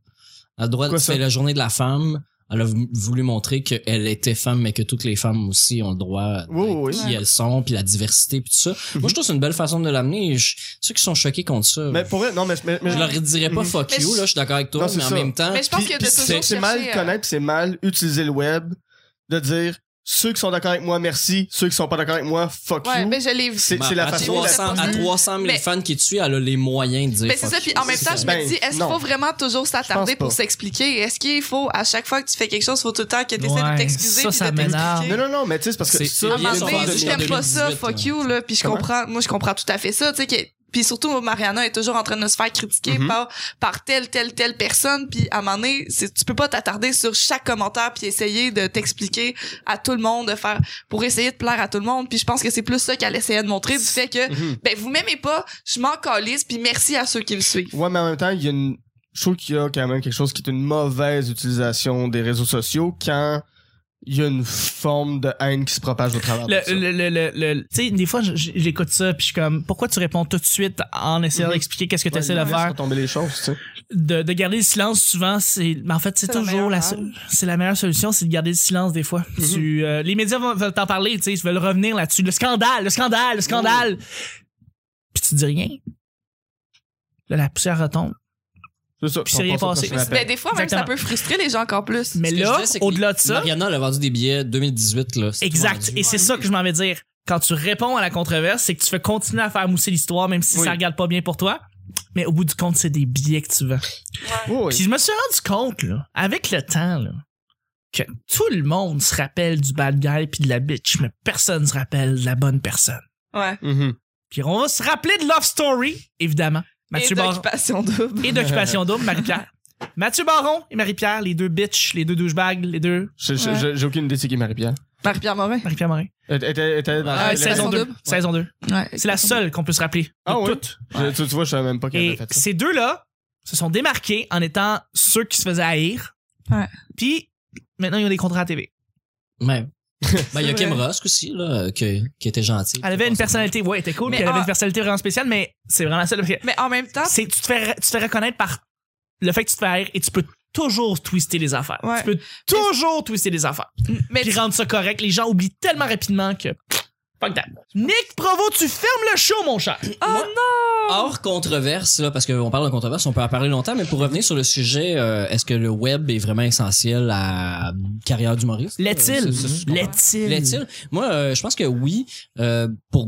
[SPEAKER 5] Elle a le droit de
[SPEAKER 4] Quoi, ça?
[SPEAKER 5] c'est la journée de la femme. Elle a vou- voulu montrer qu'elle était femme, mais que toutes les femmes aussi ont le droit de
[SPEAKER 4] Oui, oui, Mhm.
[SPEAKER 5] qui
[SPEAKER 3] oui.
[SPEAKER 5] elles sont, puis la diversité, puis tout ça. Moi, je trouve que c'est une belle façon de l'amener. Je- Ceux qui sont choqués contre ça,
[SPEAKER 4] Mais pour vrai, non, mais- mais- mais
[SPEAKER 5] je leur dirais pas fuck
[SPEAKER 3] Mais
[SPEAKER 5] you,
[SPEAKER 3] je-
[SPEAKER 5] là, je suis d'accord avec toi,
[SPEAKER 4] Non, c'est
[SPEAKER 5] mais en
[SPEAKER 4] ça.
[SPEAKER 5] même temps,
[SPEAKER 3] Mais je pense
[SPEAKER 4] Puis-
[SPEAKER 3] que de
[SPEAKER 4] puis
[SPEAKER 3] toujours
[SPEAKER 4] c'est- C'est mal
[SPEAKER 3] chercher, euh,
[SPEAKER 4] connaître, c'est mal utiliser le web, de dire ceux qui sont d'accord avec moi, merci, ceux qui sont pas d'accord avec moi, fuck
[SPEAKER 3] Ouais,
[SPEAKER 4] you.
[SPEAKER 3] mais je l'ai vu.
[SPEAKER 4] C'est
[SPEAKER 5] Mais
[SPEAKER 4] c'est la
[SPEAKER 5] à,
[SPEAKER 4] façon
[SPEAKER 5] 300,
[SPEAKER 4] la
[SPEAKER 5] à
[SPEAKER 4] plus-
[SPEAKER 5] 300 000
[SPEAKER 3] Mhm. Mais-
[SPEAKER 5] fans qui tuent, elle a les moyens de dire
[SPEAKER 3] Mais c'est ça,
[SPEAKER 5] fuck
[SPEAKER 3] puis
[SPEAKER 5] you.
[SPEAKER 3] en même temps, je me
[SPEAKER 4] Ben,
[SPEAKER 3] dis, est-ce qu'il
[SPEAKER 4] non.
[SPEAKER 3] faut vraiment toujours
[SPEAKER 4] Je
[SPEAKER 3] s'attarder
[SPEAKER 4] pense pas.
[SPEAKER 3] pour s'expliquer? Est-ce qu'il faut, à chaque fois que tu fais quelque chose, faut tout le temps que tu essaies
[SPEAKER 1] Ouais,
[SPEAKER 3] de t'excuser
[SPEAKER 1] ça,
[SPEAKER 3] puis
[SPEAKER 1] ça
[SPEAKER 3] de
[SPEAKER 1] m'énerve.
[SPEAKER 3] t'expliquer?
[SPEAKER 4] Non, non, non, mais tu sais, c'est parce que
[SPEAKER 5] C'est-
[SPEAKER 4] ça,
[SPEAKER 5] c'est
[SPEAKER 3] À un
[SPEAKER 5] bien
[SPEAKER 3] moment
[SPEAKER 5] son
[SPEAKER 3] donné,
[SPEAKER 5] vendeur
[SPEAKER 3] si
[SPEAKER 5] de
[SPEAKER 3] j'aime pas
[SPEAKER 5] 2018,
[SPEAKER 3] ça, fuck
[SPEAKER 5] ouais.
[SPEAKER 3] you, là. Puis je
[SPEAKER 4] Comment?
[SPEAKER 3] comprends, moi, je comprends tout à fait ça, tu sais, que, puis surtout, Mariana est toujours en train de se faire critiquer
[SPEAKER 4] Mhm.
[SPEAKER 3] par, par telle, telle, telle personne, puis à un moment donné, c'est- tu peux pas t'attarder sur chaque commentaire puis essayer de t'expliquer à tout le monde, de faire, pour essayer de plaire à tout le monde, puis je pense que c'est plus ça qu'elle essayait de montrer, du fait que,
[SPEAKER 4] Mhm.
[SPEAKER 3] ben, vous m'aimez pas, je m'en calisse, puis merci à ceux qui me suivent.
[SPEAKER 4] Ouais, mais en même temps, il y a une. Je trouve qu'il y a quand même quelque chose qui est une mauvaise utilisation des réseaux sociaux quand il y a une forme de haine qui se propage au travers de ça.
[SPEAKER 1] le, le, le, le- le- tu sais, des fois, je- je- j'écoute ça, puis je suis comme, pourquoi tu réponds tout de suite en essayant
[SPEAKER 4] Mhm.
[SPEAKER 1] d'expliquer qu'est-ce que tu essaies
[SPEAKER 4] Ouais,
[SPEAKER 1] de
[SPEAKER 4] laisse
[SPEAKER 1] faire?
[SPEAKER 4] tomber les choses, tu sais.
[SPEAKER 1] De, de garder le silence, souvent, c'est, mais en fait, c'est
[SPEAKER 3] C'est la
[SPEAKER 1] toujours la,
[SPEAKER 3] meilleure
[SPEAKER 1] seule- c'est la meilleure solution, c'est de garder le silence, des fois. Tu, euh, les médias vont, veulent t'en parler, tu sais, ils veulent revenir là-dessus. Le scandale, le scandale, le scandale! Puis tu dis rien. Là, la poussière retombe.
[SPEAKER 4] C'est ça.
[SPEAKER 1] Puis c'est rien
[SPEAKER 4] On passe au
[SPEAKER 1] passé.
[SPEAKER 4] prochain appel.
[SPEAKER 3] Ben, des fois, même,
[SPEAKER 1] Exactement.
[SPEAKER 3] ça peut frustrer les gens encore plus.
[SPEAKER 1] Mais
[SPEAKER 5] Ce que je
[SPEAKER 1] là,
[SPEAKER 5] disais, c'est que
[SPEAKER 1] au-delà de ça,
[SPEAKER 5] Mariana, elle a vendu des billets 2018, là. c'est tout
[SPEAKER 1] Exact.
[SPEAKER 5] vendu.
[SPEAKER 1] Et c'est ça que je m'en vais dire. Quand tu réponds à la controverse, c'est que tu fais continuer à faire mousser l'histoire, même si
[SPEAKER 4] Oui.
[SPEAKER 1] ça regarde pas bien pour toi. Mais au bout du compte, c'est des billets que tu vends.
[SPEAKER 4] Oui, oui.
[SPEAKER 1] Puis je me suis rendu compte, là, avec le temps, là, que tout le monde se rappelle du bad guy puis de la bitch, mais personne se rappelle de la bonne personne.
[SPEAKER 3] Ouais.
[SPEAKER 4] Mhm.
[SPEAKER 1] Puis on va se rappeler de Love Story, évidemment. Mathieu
[SPEAKER 3] et
[SPEAKER 1] Baron (laughs)
[SPEAKER 3] d'occupation double.
[SPEAKER 1] et d'Occupation Double, Marie-Pierre.
[SPEAKER 3] (laughs)
[SPEAKER 1] Mathieu Baron et Marie-Pierre, les deux bitches, les deux douchebags, les deux.
[SPEAKER 4] Je- je-
[SPEAKER 3] Ouais.
[SPEAKER 4] je- J'ai aucune idée de c'est qui est Marie-Pierre.
[SPEAKER 3] Marie-Pierre Morin.
[SPEAKER 1] Marie-Pierre Morin.
[SPEAKER 4] Elle elle- elle était dans
[SPEAKER 1] Ah,
[SPEAKER 4] la-
[SPEAKER 1] saison
[SPEAKER 3] Occupation
[SPEAKER 1] 2.
[SPEAKER 3] Double.
[SPEAKER 1] Saison 2.
[SPEAKER 3] Ouais.
[SPEAKER 1] C'est la seule qu'on peut se rappeler. de
[SPEAKER 4] Ah oui?
[SPEAKER 1] toutes.
[SPEAKER 4] Je- Tu tu vois, je savais même pas qu'elle
[SPEAKER 1] Et
[SPEAKER 4] avait fait ça.
[SPEAKER 1] ces deux-là se sont démarqués en étant ceux qui se faisaient haïr.
[SPEAKER 3] Ouais.
[SPEAKER 1] Puis maintenant, ils ont des contrats à TV.
[SPEAKER 5] Ouais. Ben, il y a
[SPEAKER 3] C'est
[SPEAKER 5] Kim
[SPEAKER 3] vrai.
[SPEAKER 5] Rusk aussi, là, que- qui était gentil.
[SPEAKER 1] Elle avait une personnalité, ouais, elle était cool,
[SPEAKER 3] Mais ah.
[SPEAKER 1] puis elle avait
[SPEAKER 3] en-
[SPEAKER 1] une personnalité vraiment spéciale, mais c'est vraiment ça. parce que
[SPEAKER 3] Mais en même temps,
[SPEAKER 1] c'est- Tu, te fais, tu te fais reconnaître par le fait que tu te fais haïr et tu peux toujours twister les affaires.
[SPEAKER 3] Ouais.
[SPEAKER 1] Tu peux toujours twister les affaires.
[SPEAKER 3] mais
[SPEAKER 1] Puis rendre ça correct. Les gens oublient tellement rapidement que. Fuck that. Nick Provo, tu fermes le show, mon cher.
[SPEAKER 3] oh
[SPEAKER 5] moi-
[SPEAKER 3] non!
[SPEAKER 5] Hors controverse, là, parce qu'on parle de controverse, on peut en parler longtemps, mais pour revenir sur le sujet, euh, est-ce que le web est vraiment essentiel à la carrière d'humoriste?
[SPEAKER 1] L'est-il?
[SPEAKER 5] Euh, c'est- c'est-
[SPEAKER 1] L'est-il?
[SPEAKER 5] L'est-il? Moi, euh, je pense que oui, euh, pour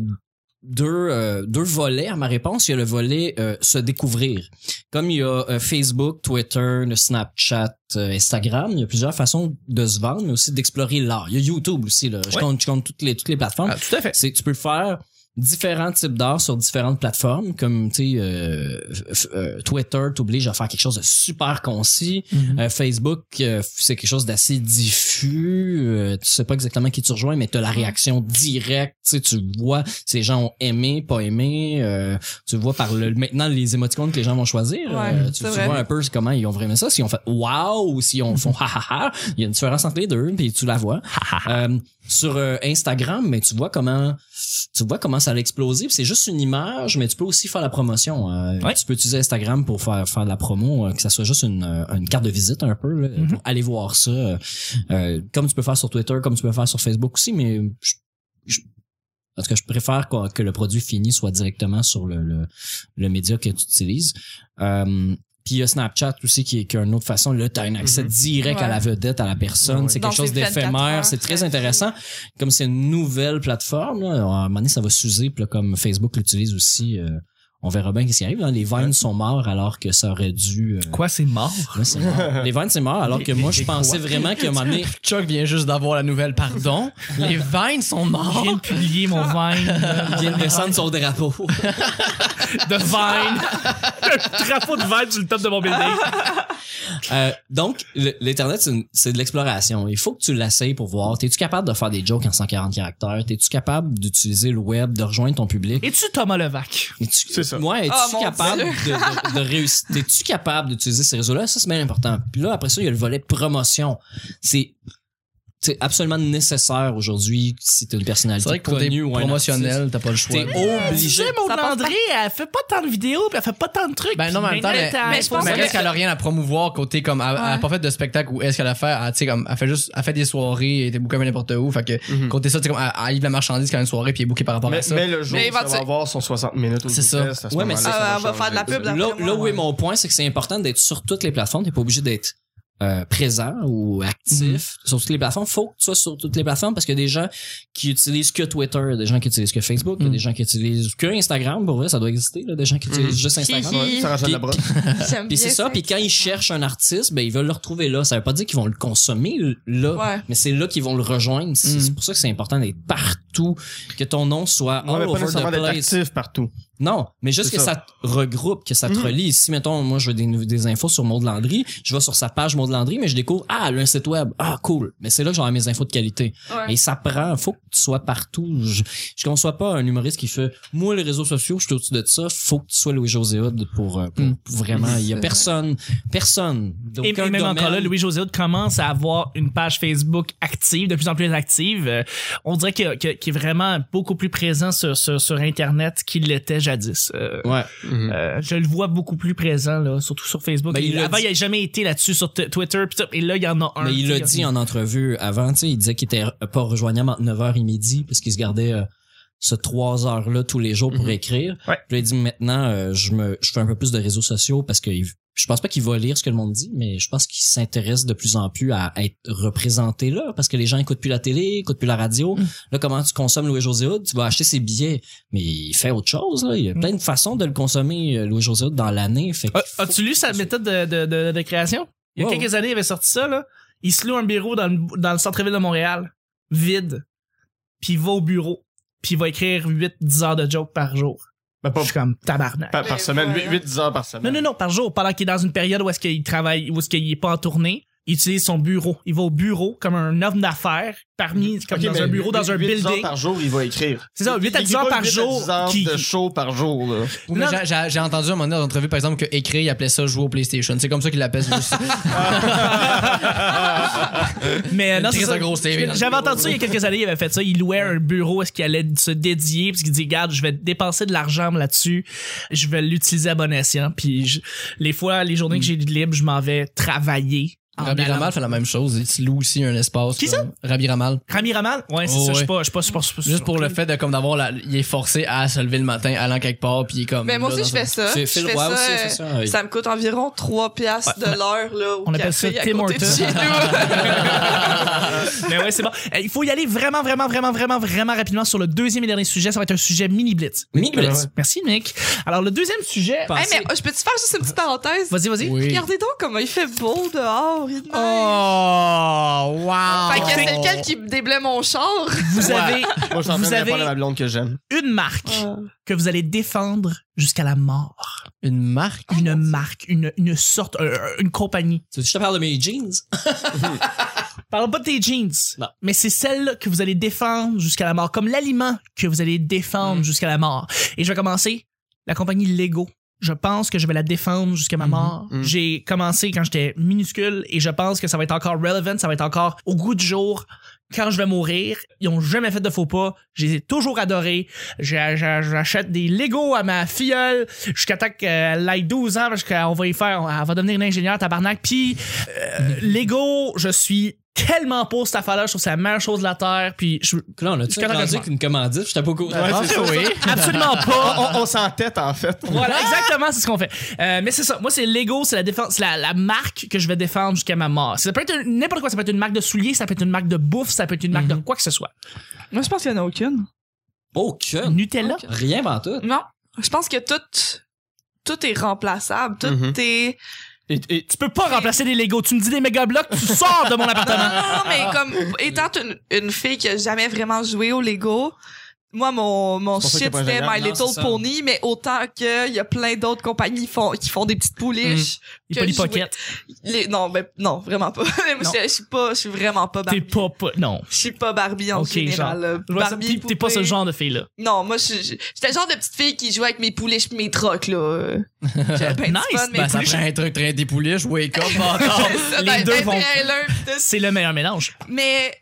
[SPEAKER 5] deux, euh, deux volets à ma réponse. Il y a le volet euh, se découvrir. Comme il y a euh, Facebook, Twitter, le Snapchat, euh, Instagram, il y a plusieurs façons de se vendre, mais aussi d'explorer l'art. Il y a YouTube aussi, là. Je,
[SPEAKER 1] Ouais.
[SPEAKER 5] compte, je compte toutes les, toutes les plateformes.
[SPEAKER 1] Ah, tout à fait.
[SPEAKER 5] C'est que tu peux faire différents types d'art sur différentes plateformes, comme tu sais, euh, f- euh, Twitter t'oblige à faire quelque chose de super concis.
[SPEAKER 1] Mm-hmm.
[SPEAKER 5] Euh, Facebook, euh, c'est quelque chose d'assez diffus. Euh, tu sais pas exactement qui tu rejoins, mais tu as la réaction directe. Tu sais, tu vois si les gens ont aimé, pas aimé. Euh, tu vois par le, maintenant les émoticônes que les gens vont choisir.
[SPEAKER 3] Ouais,
[SPEAKER 5] Euh, tu,
[SPEAKER 3] c'est
[SPEAKER 5] tu
[SPEAKER 3] vrai.
[SPEAKER 5] vois un peu comment ils ont vraiment ça. S'ils ont fait wow ou s'ils ont font (laughs) ha ha ha. Il y a une différence entre les deux, puis tu la vois. Euh, sur euh, Instagram, mais tu vois comment tu vois comment ça a explosé. Puis C'est juste une image, mais tu peux aussi faire la promotion. Euh,
[SPEAKER 1] Ouais.
[SPEAKER 5] Tu peux utiliser Instagram pour faire faire de la promo, euh, que ça soit juste une, euh, une carte de visite un peu, là,
[SPEAKER 3] Mm-hmm.
[SPEAKER 1] Mhm.
[SPEAKER 5] pour aller voir ça. euh, euh, comme tu peux faire sur Twitter, comme tu peux faire sur Facebook aussi, mais je, je- en tout cas, je préfère qu'on- que, le produit fini soit directement sur le, le, le média que tu utilises. Euh, Puis il y a Snapchat aussi qui est, qui a une autre façon. Là, t'as un accès direct
[SPEAKER 3] Mhm. Ouais.
[SPEAKER 5] à la vedette, à la personne.
[SPEAKER 4] Ouais.
[SPEAKER 5] C'est
[SPEAKER 3] Dans
[SPEAKER 5] quelque chose
[SPEAKER 3] ces 24
[SPEAKER 5] d'éphémère.
[SPEAKER 3] heures,
[SPEAKER 5] C'est très
[SPEAKER 3] très
[SPEAKER 5] intéressant. Comme c'est une nouvelle plateforme, là, à un moment donné, ça va s'user. Puis là, comme Facebook l'utilise aussi, euh, on verra bien qu'est-ce qui arrive. là. Les Vines sont morts alors que ça aurait dû... euh,
[SPEAKER 1] Quoi, c'est mort?
[SPEAKER 5] ouais, c'est
[SPEAKER 2] (laughs)
[SPEAKER 5] mort. Les Vines, c'est mort alors que
[SPEAKER 2] Les-
[SPEAKER 5] moi,
[SPEAKER 2] les-
[SPEAKER 5] je
[SPEAKER 2] les
[SPEAKER 5] pensais
[SPEAKER 2] quoi?
[SPEAKER 5] vraiment qu'à un moment donné...
[SPEAKER 2] (laughs) Chuck vient juste d'avoir la nouvelle, pardon. les vines sont
[SPEAKER 1] Je
[SPEAKER 2] morts.
[SPEAKER 1] viens de publier mon Vine. euh,
[SPEAKER 5] Il vient de descendre
[SPEAKER 2] (laughs)
[SPEAKER 5] son drapeau.
[SPEAKER 1] de Vine. Un drapeau de Vine sur le top de mon building.
[SPEAKER 5] Euh, donc, le- l'Internet, c'est une- c'est de l'exploration. Il faut que tu l'essayes pour voir. T'es-tu capable de faire des jokes en 140 caractères? T'es-tu capable d'utiliser le web, de rejoindre ton public?
[SPEAKER 1] Es-tu Thomas Levac?
[SPEAKER 5] Es-tu-
[SPEAKER 4] C'est ça.
[SPEAKER 5] Ouais, es-tu
[SPEAKER 3] Ah, mon
[SPEAKER 5] capable de,
[SPEAKER 3] Dieu.
[SPEAKER 5] de- de réussir? Es-tu capable d'utiliser ces réseaux-là? Ça, c'est bien important. Puis là, après ça, il y a le volet promotion. C'est c'est absolument nécessaire aujourd'hui si t'es une personnalité
[SPEAKER 2] C'est vrai que pour des
[SPEAKER 5] connue ou un
[SPEAKER 2] promotionnels, t'as pas le choix.
[SPEAKER 5] artiste. T'es obligé.
[SPEAKER 1] mon
[SPEAKER 3] Ça passe
[SPEAKER 1] Landry, elle fait pas tant de vidéos, puis elle fait pas tant de trucs.
[SPEAKER 2] Ben non, mais en
[SPEAKER 1] puis
[SPEAKER 2] même temps,
[SPEAKER 1] maintenant,
[SPEAKER 2] mais-
[SPEAKER 1] t'as-
[SPEAKER 3] mais je pense
[SPEAKER 2] Mais
[SPEAKER 3] que-
[SPEAKER 2] est-ce qu'elle a rien à promouvoir côté comme elle, elle a
[SPEAKER 3] Ouais.
[SPEAKER 2] pas fait de spectacle ou est-ce qu'elle a fait elle, tu sais comme elle fait juste elle fait des soirées elle était bookée comme n'importe où fait que
[SPEAKER 4] Mhm.
[SPEAKER 2] côté ça tu sais comme elle, elle livre la marchandise quand elle a une soirée puis elle est bookée par rapport
[SPEAKER 4] mais,
[SPEAKER 2] à ça
[SPEAKER 4] mais le jour
[SPEAKER 3] Mais
[SPEAKER 4] où ça va
[SPEAKER 3] éventuellement-
[SPEAKER 4] avoir son 60 minutes au
[SPEAKER 2] C'est ça.
[SPEAKER 4] Zoufest, à ce
[SPEAKER 5] Ouais, mais
[SPEAKER 4] moment-là,
[SPEAKER 5] c'est-
[SPEAKER 4] ça va
[SPEAKER 3] Ah, on va
[SPEAKER 4] changer.
[SPEAKER 3] faire de la pub,
[SPEAKER 5] Là,
[SPEAKER 3] là. D'après moi,
[SPEAKER 5] là où
[SPEAKER 3] ouais.
[SPEAKER 5] est mon point, c'est que c'est important d'être sur toutes les plateformes. T'es pas obligé d'être euh, présent ou actif sur toutes les plateformes. Faut que tu sois sur toutes les plateformes parce qu'il y a des gens qui utilisent que Twitter, des gens qui utilisent que Facebook, il y a
[SPEAKER 2] Mhm.
[SPEAKER 5] des gens qui utilisent que Instagram. Pour vrai, ça doit exister, là, des gens qui utilisent juste Instagram.
[SPEAKER 3] Hihi.
[SPEAKER 4] Ça rachète la
[SPEAKER 5] Puis-
[SPEAKER 4] brosse.
[SPEAKER 3] J'aime bien
[SPEAKER 5] Puis c'est ça. Puis quand ils cherchent un artiste, ben ils veulent le retrouver là. Ça veut pas dire qu'ils vont le consommer là.
[SPEAKER 3] Ouais.
[SPEAKER 5] Mais c'est là qu'ils vont le rejoindre. C'est
[SPEAKER 2] Mhm.
[SPEAKER 5] c'est pour ça que c'est important d'être partout, que ton nom soit
[SPEAKER 4] Ouais,
[SPEAKER 5] all
[SPEAKER 4] mais pas
[SPEAKER 5] over the
[SPEAKER 4] nécessairement d'être
[SPEAKER 5] place.
[SPEAKER 4] actif partout.
[SPEAKER 5] Non, mais juste
[SPEAKER 4] C'est
[SPEAKER 5] que
[SPEAKER 4] ça.
[SPEAKER 5] ça. te regroupe, que ça te
[SPEAKER 4] Mhm.
[SPEAKER 5] relie. Si, mettons, moi, je veux des, nou- des infos sur Maud Landry, je vais sur sa page Maud Landry, mais je découvre, ah, elle a un site web, ah, cool. Mais c'est là que j'aurai mes infos de qualité.
[SPEAKER 3] Ouais.
[SPEAKER 5] Et ça prend, faut que tu sois partout. Je, je conçois pas un humoriste qui fait, moi, les réseaux sociaux, je suis au-dessus de ça, faut que tu sois Louis-José Hood pour, euh, pour-
[SPEAKER 2] Mm.
[SPEAKER 5] pour vraiment, il y a
[SPEAKER 2] C'est
[SPEAKER 5] personne, personne.
[SPEAKER 1] Et,
[SPEAKER 5] d'aucun
[SPEAKER 1] et même
[SPEAKER 5] domaine.
[SPEAKER 1] encore là, Louis-José Hood commence à avoir une page Facebook active, de plus en plus active. Euh, on dirait que- que- qu'il est vraiment beaucoup plus présent sur, sur, sur Internet qu'il l'était jadis. Euh,
[SPEAKER 5] Ouais.
[SPEAKER 4] Mhm.
[SPEAKER 1] euh, je le vois beaucoup plus présent, là, surtout sur Facebook.
[SPEAKER 5] Ben,
[SPEAKER 1] Et
[SPEAKER 5] il l'a
[SPEAKER 1] avant,
[SPEAKER 5] dit-
[SPEAKER 1] il n'a jamais été là-dessus sur t- Twitter. pis tout. Et là, il y en a un.
[SPEAKER 5] Mais il l'a
[SPEAKER 1] tu sais,
[SPEAKER 5] dit en entrevue avant, tu sais, il disait qu'il était pas rejoignable entre 9h et midi parce qu'il se gardait euh, ce 3 heures-là tous les jours pour
[SPEAKER 4] Mhm.
[SPEAKER 5] écrire.
[SPEAKER 1] Ouais.
[SPEAKER 5] Puis là, il dit maintenant, euh, je me, je fais un peu plus de réseaux sociaux parce que il- je pense pas qu'il va lire ce que le monde dit, mais je pense qu'il s'intéresse de plus en plus à être représenté là parce que les gens écoutent plus la télé, écoutent plus la radio.
[SPEAKER 1] Mhm.
[SPEAKER 5] Là, comment tu consommes Louis-José Hood? Tu vas acheter ses billets, mais il fait autre chose, là. Il y a plein de façons de le consommer, euh, Louis-José Hood, dans l'année. Fait qu'il
[SPEAKER 1] Mhm. Ah,
[SPEAKER 5] faut-
[SPEAKER 1] As-tu lu sa méthode de, de, de, de création? Il y a
[SPEAKER 5] Ouais,
[SPEAKER 1] quelques années, il avait sorti ça, là. Il se loue un bureau dans le, dans le centre-ville de Montréal, vide, puis il va au bureau, puis il va écrire 8-10 heures de jokes par jour.
[SPEAKER 4] Ben, pas-
[SPEAKER 1] Je suis comme tabarnak.
[SPEAKER 4] par, par
[SPEAKER 3] Mais
[SPEAKER 4] semaine,
[SPEAKER 3] voilà.
[SPEAKER 4] 8-10 heures par semaine.
[SPEAKER 1] Non, non, non, par jour, pendant qu'il est dans une période où est-ce qu'il travaille, où est-ce qu'il est pas en tournée, il utilise son bureau. Il va au bureau comme un homme d'affaires, parmi, comme
[SPEAKER 4] Ok,
[SPEAKER 1] dans
[SPEAKER 4] mais
[SPEAKER 1] un bureau, dans un
[SPEAKER 4] huit- huit heures
[SPEAKER 1] building.
[SPEAKER 4] par jour, il va écrire.
[SPEAKER 1] C'est ça,
[SPEAKER 4] Il-
[SPEAKER 1] 8 à
[SPEAKER 4] il
[SPEAKER 1] 10
[SPEAKER 4] écrit
[SPEAKER 1] heures
[SPEAKER 4] pas
[SPEAKER 1] par
[SPEAKER 4] 8 à 10
[SPEAKER 1] jour
[SPEAKER 4] heures
[SPEAKER 1] qui-
[SPEAKER 4] de show par jour, là.
[SPEAKER 2] Oui, mais
[SPEAKER 1] Non,
[SPEAKER 2] j'ai- j'ai j'ai entendu à un moment donné dans l'entrevue par exemple que écrire il appelait ça jouer au PlayStation c'est comme ça qu'il l'appelle juste
[SPEAKER 4] (laughs)
[SPEAKER 1] Mais
[SPEAKER 2] Une
[SPEAKER 1] non,
[SPEAKER 2] crise
[SPEAKER 1] c'est ça.
[SPEAKER 2] de grosse TV dans le
[SPEAKER 1] J'avais
[SPEAKER 2] bureau.
[SPEAKER 1] entendu ça il y a quelques années, il avait fait ça. Il louait un bureau, est-ce qu'il allait se dédier, parce qu'il dit, garde, je vais dépenser de l'argent là-dessus, je vais l'utiliser à bon escient. Puis je- les fois, les journées que j'ai de libre, je m'en vais travailler. en
[SPEAKER 2] Rabbi
[SPEAKER 1] allant-
[SPEAKER 2] Hmm. Ramal fait la même chose il loue aussi un
[SPEAKER 1] Ah,
[SPEAKER 2] espace
[SPEAKER 1] ben Qui
[SPEAKER 2] là. Rabbi Ramal
[SPEAKER 1] Rami Ramal? Ouais, c'est ça,
[SPEAKER 2] Oh,
[SPEAKER 1] je
[SPEAKER 2] ouais.
[SPEAKER 1] suis pas, je suis pas, je suis pas- je suis pas-
[SPEAKER 2] juste pour le fait de comme d'avoir la- il est forcé à se lever le matin allant quelque part puis il est comme
[SPEAKER 3] Mais Ben, moi
[SPEAKER 2] là,
[SPEAKER 3] aussi, je
[SPEAKER 2] dans un-
[SPEAKER 3] fais ça.
[SPEAKER 5] Phil-
[SPEAKER 3] Je
[SPEAKER 5] Phil
[SPEAKER 3] fais
[SPEAKER 5] Roy
[SPEAKER 3] ça.
[SPEAKER 5] aussi,
[SPEAKER 3] euh,
[SPEAKER 5] c'est ça, oui.
[SPEAKER 3] Ça me coûte environ 3 piastres
[SPEAKER 1] Ouais,
[SPEAKER 3] de l'heure, là, au
[SPEAKER 1] on appelle
[SPEAKER 3] café
[SPEAKER 1] ça
[SPEAKER 3] à
[SPEAKER 1] Tim
[SPEAKER 3] côté de
[SPEAKER 1] Hortons.
[SPEAKER 3] chez
[SPEAKER 1] (laughs)
[SPEAKER 3] nous.
[SPEAKER 1] Mais ouais, c'est bon. Euh, Il faut y aller vraiment, vraiment, vraiment, vraiment, vraiment rapidement sur le deuxième et dernier sujet. Ça va être un sujet mini blitz.
[SPEAKER 5] Mini blitz.
[SPEAKER 1] Merci, Nick. Alors, le deuxième sujet. Eh,
[SPEAKER 5] Pas-
[SPEAKER 3] Hey, mais oh, je peux-tu faire juste une petite parenthèse?
[SPEAKER 1] Vas-y, vas-y.
[SPEAKER 2] Oui.
[SPEAKER 3] Regardez donc comment il fait beau dehors. il est de même.
[SPEAKER 2] Oh, wow!
[SPEAKER 3] Fait que c'est lequel qui déblaie mon char?
[SPEAKER 1] Vous
[SPEAKER 2] Ouais.
[SPEAKER 1] avez
[SPEAKER 4] Moi, je suis en
[SPEAKER 1] Vous
[SPEAKER 4] train de répondre
[SPEAKER 1] avez-
[SPEAKER 4] à ma blonde que j'aime.
[SPEAKER 1] une marque
[SPEAKER 2] Oh.
[SPEAKER 1] que vous allez défendre jusqu'à la mort.
[SPEAKER 2] Une marque?
[SPEAKER 1] une marque, une, une sorte, euh, euh, une compagnie.
[SPEAKER 5] Tu veux que je te parle de mes jeans?
[SPEAKER 1] Parle pas de tes jeans,
[SPEAKER 5] Non.
[SPEAKER 1] mais c'est celle que vous allez défendre jusqu'à la mort, comme l'aliment que vous allez défendre jusqu'à la mort. Et je vais commencer la compagnie Lego. Je pense que je vais la défendre jusqu'à ma mort.
[SPEAKER 4] mhm.
[SPEAKER 1] J'ai commencé quand j'étais minuscule et je pense que ça va être encore relevant, ça va être encore au goût du jour quand je vais mourir. Ils ont jamais fait de faux pas. Je les ai toujours adorés. J'a- j'a- J'achète des Lego à ma filleule jusqu'à temps qu'elle ait 12
[SPEAKER 3] Mhm.
[SPEAKER 1] ans parce qu'on va y faire, elle va devenir une ingénieure tabarnak. Puis euh, Lego, je suis tellement pour cette affaire-là. Je trouve que c'est la meilleure chose de la Terre. Puis je,
[SPEAKER 5] Là, on
[SPEAKER 1] Je
[SPEAKER 5] a-tu
[SPEAKER 1] suis content
[SPEAKER 5] grandi
[SPEAKER 1] que-
[SPEAKER 5] avec une commandite? J'étais pas au courant.
[SPEAKER 1] Ah,
[SPEAKER 4] Ouais, c'est ça.
[SPEAKER 2] oui.
[SPEAKER 1] (laughs) absolument pas.
[SPEAKER 4] On, on s'entête, en fait.
[SPEAKER 3] (laughs)
[SPEAKER 1] Voilà, exactement, c'est ce qu'on fait. Euh, mais c'est ça. Moi, c'est Lego, c'est la défense, c'est la, la marque que je vais défendre jusqu'à ma mort. Ça peut être une- n'importe quoi. Ça peut être une marque de souliers, ça peut être une marque de bouffe, ça peut être une marque
[SPEAKER 3] Mhm.
[SPEAKER 1] de quoi que ce soit.
[SPEAKER 3] Moi, je pense qu'il y en a aucune.
[SPEAKER 5] Aucune.
[SPEAKER 1] Nutella.
[SPEAKER 3] Ah, Ok.
[SPEAKER 5] Oh, Rien avant tout.
[SPEAKER 3] Non. Je pense que tout, tout est remplaçable. Tout
[SPEAKER 5] Mm-hmm.
[SPEAKER 4] Mhm.
[SPEAKER 3] est.
[SPEAKER 4] Et, et-
[SPEAKER 1] Tu peux pas remplacer des Lego. Tu me dis des méga blocs, tu sors
[SPEAKER 3] (laughs)
[SPEAKER 1] de mon
[SPEAKER 3] Non, non,
[SPEAKER 1] appartement.
[SPEAKER 3] non, non, mais comme étant une, une fille qui a jamais vraiment joué au Lego, moi, mon, mon
[SPEAKER 4] C'est pour ça
[SPEAKER 3] shit,
[SPEAKER 4] qu'il y a pas un
[SPEAKER 3] c'était
[SPEAKER 4] gérant.
[SPEAKER 3] My
[SPEAKER 5] Non, c'est
[SPEAKER 3] Little
[SPEAKER 5] ça.
[SPEAKER 3] Pony, mais autant qu'il y a plein d'autres compagnies font, qui font des petites pouliches.
[SPEAKER 1] Il
[SPEAKER 3] que
[SPEAKER 1] pas les
[SPEAKER 3] je jouais.
[SPEAKER 1] pockets.
[SPEAKER 3] Les- non, mais non, vraiment pas. (laughs) Moi,
[SPEAKER 1] Non.
[SPEAKER 3] Je, je suis pas, je suis vraiment pas
[SPEAKER 1] T'es
[SPEAKER 3] Barbie.
[SPEAKER 1] pas, pas- non.
[SPEAKER 3] Je suis pas Barbie en
[SPEAKER 1] Ok,
[SPEAKER 3] général. là.
[SPEAKER 1] Je vois ça,
[SPEAKER 3] Barbie,
[SPEAKER 1] T'es t'es pas
[SPEAKER 3] poupée.
[SPEAKER 1] ce genre de fille-là.
[SPEAKER 3] Non, moi, je suis- je- j'étais le genre de petite fille qui jouait avec mes pouliches pis mes trocs, là. J'avais ben du
[SPEAKER 1] Nice,
[SPEAKER 3] fun, mais
[SPEAKER 2] Ben, ça prend un truc très dépoulish, wake
[SPEAKER 3] (laughs)
[SPEAKER 2] up, bâtard.
[SPEAKER 1] Ah, les deux vont-
[SPEAKER 3] vont...
[SPEAKER 1] C'est le meilleur mélange.
[SPEAKER 3] Mais,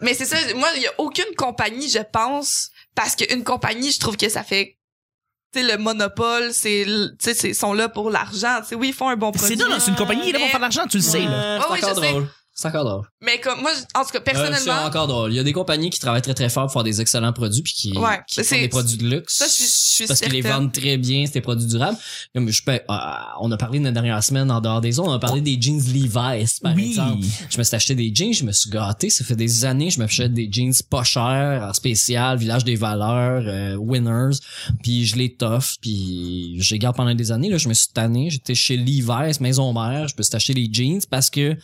[SPEAKER 3] mais c'est ça. Moi, il y a aucune compagnie, je pense, parce qu'une compagnie, je trouve que ça fait, tu sais, le monopole, c'est, le- tu sais, c'est- ils sont là pour l'argent. Tu sais, oui, ils font un bon produit. euh,
[SPEAKER 1] C'est non, non, c'est une compagnie qui est là pour faire de l'argent, tu le sais, là.
[SPEAKER 5] Euh,
[SPEAKER 3] Ouais,
[SPEAKER 5] C'est
[SPEAKER 3] ouais,
[SPEAKER 5] encore
[SPEAKER 3] Ah je sais.
[SPEAKER 5] drôle. C'est encore drôle.
[SPEAKER 3] Mais comme, moi, je- en tout cas,
[SPEAKER 5] Euh, c'est
[SPEAKER 3] personnellement,
[SPEAKER 5] encore drôle. Il y a des compagnies qui travaillent très très fort pour faire des excellents produits puis qui,
[SPEAKER 3] Ouais,
[SPEAKER 5] qui font
[SPEAKER 3] c'est-
[SPEAKER 5] des produits de luxe.
[SPEAKER 3] ça, je suis- je suis
[SPEAKER 5] parce qu'ils les
[SPEAKER 3] certaine.
[SPEAKER 5] vendent très bien, c'est des produits durables. Comme je peux- ah, on a parlé la dernière semaine en dehors des ondes, on a parlé des jeans Levi's par
[SPEAKER 1] Oui.
[SPEAKER 5] exemple. Je me suis acheté des jeans, je me suis gâté. Ça fait des années, je m'achète des jeans pas chers, en spécial, Village des Valeurs, euh, Winners. Puis je les toffe, puis je les garde pendant des années. Là, je me suis tanné, j'étais chez Levi's, Maison Mère, je me suis acheté des jeans parce que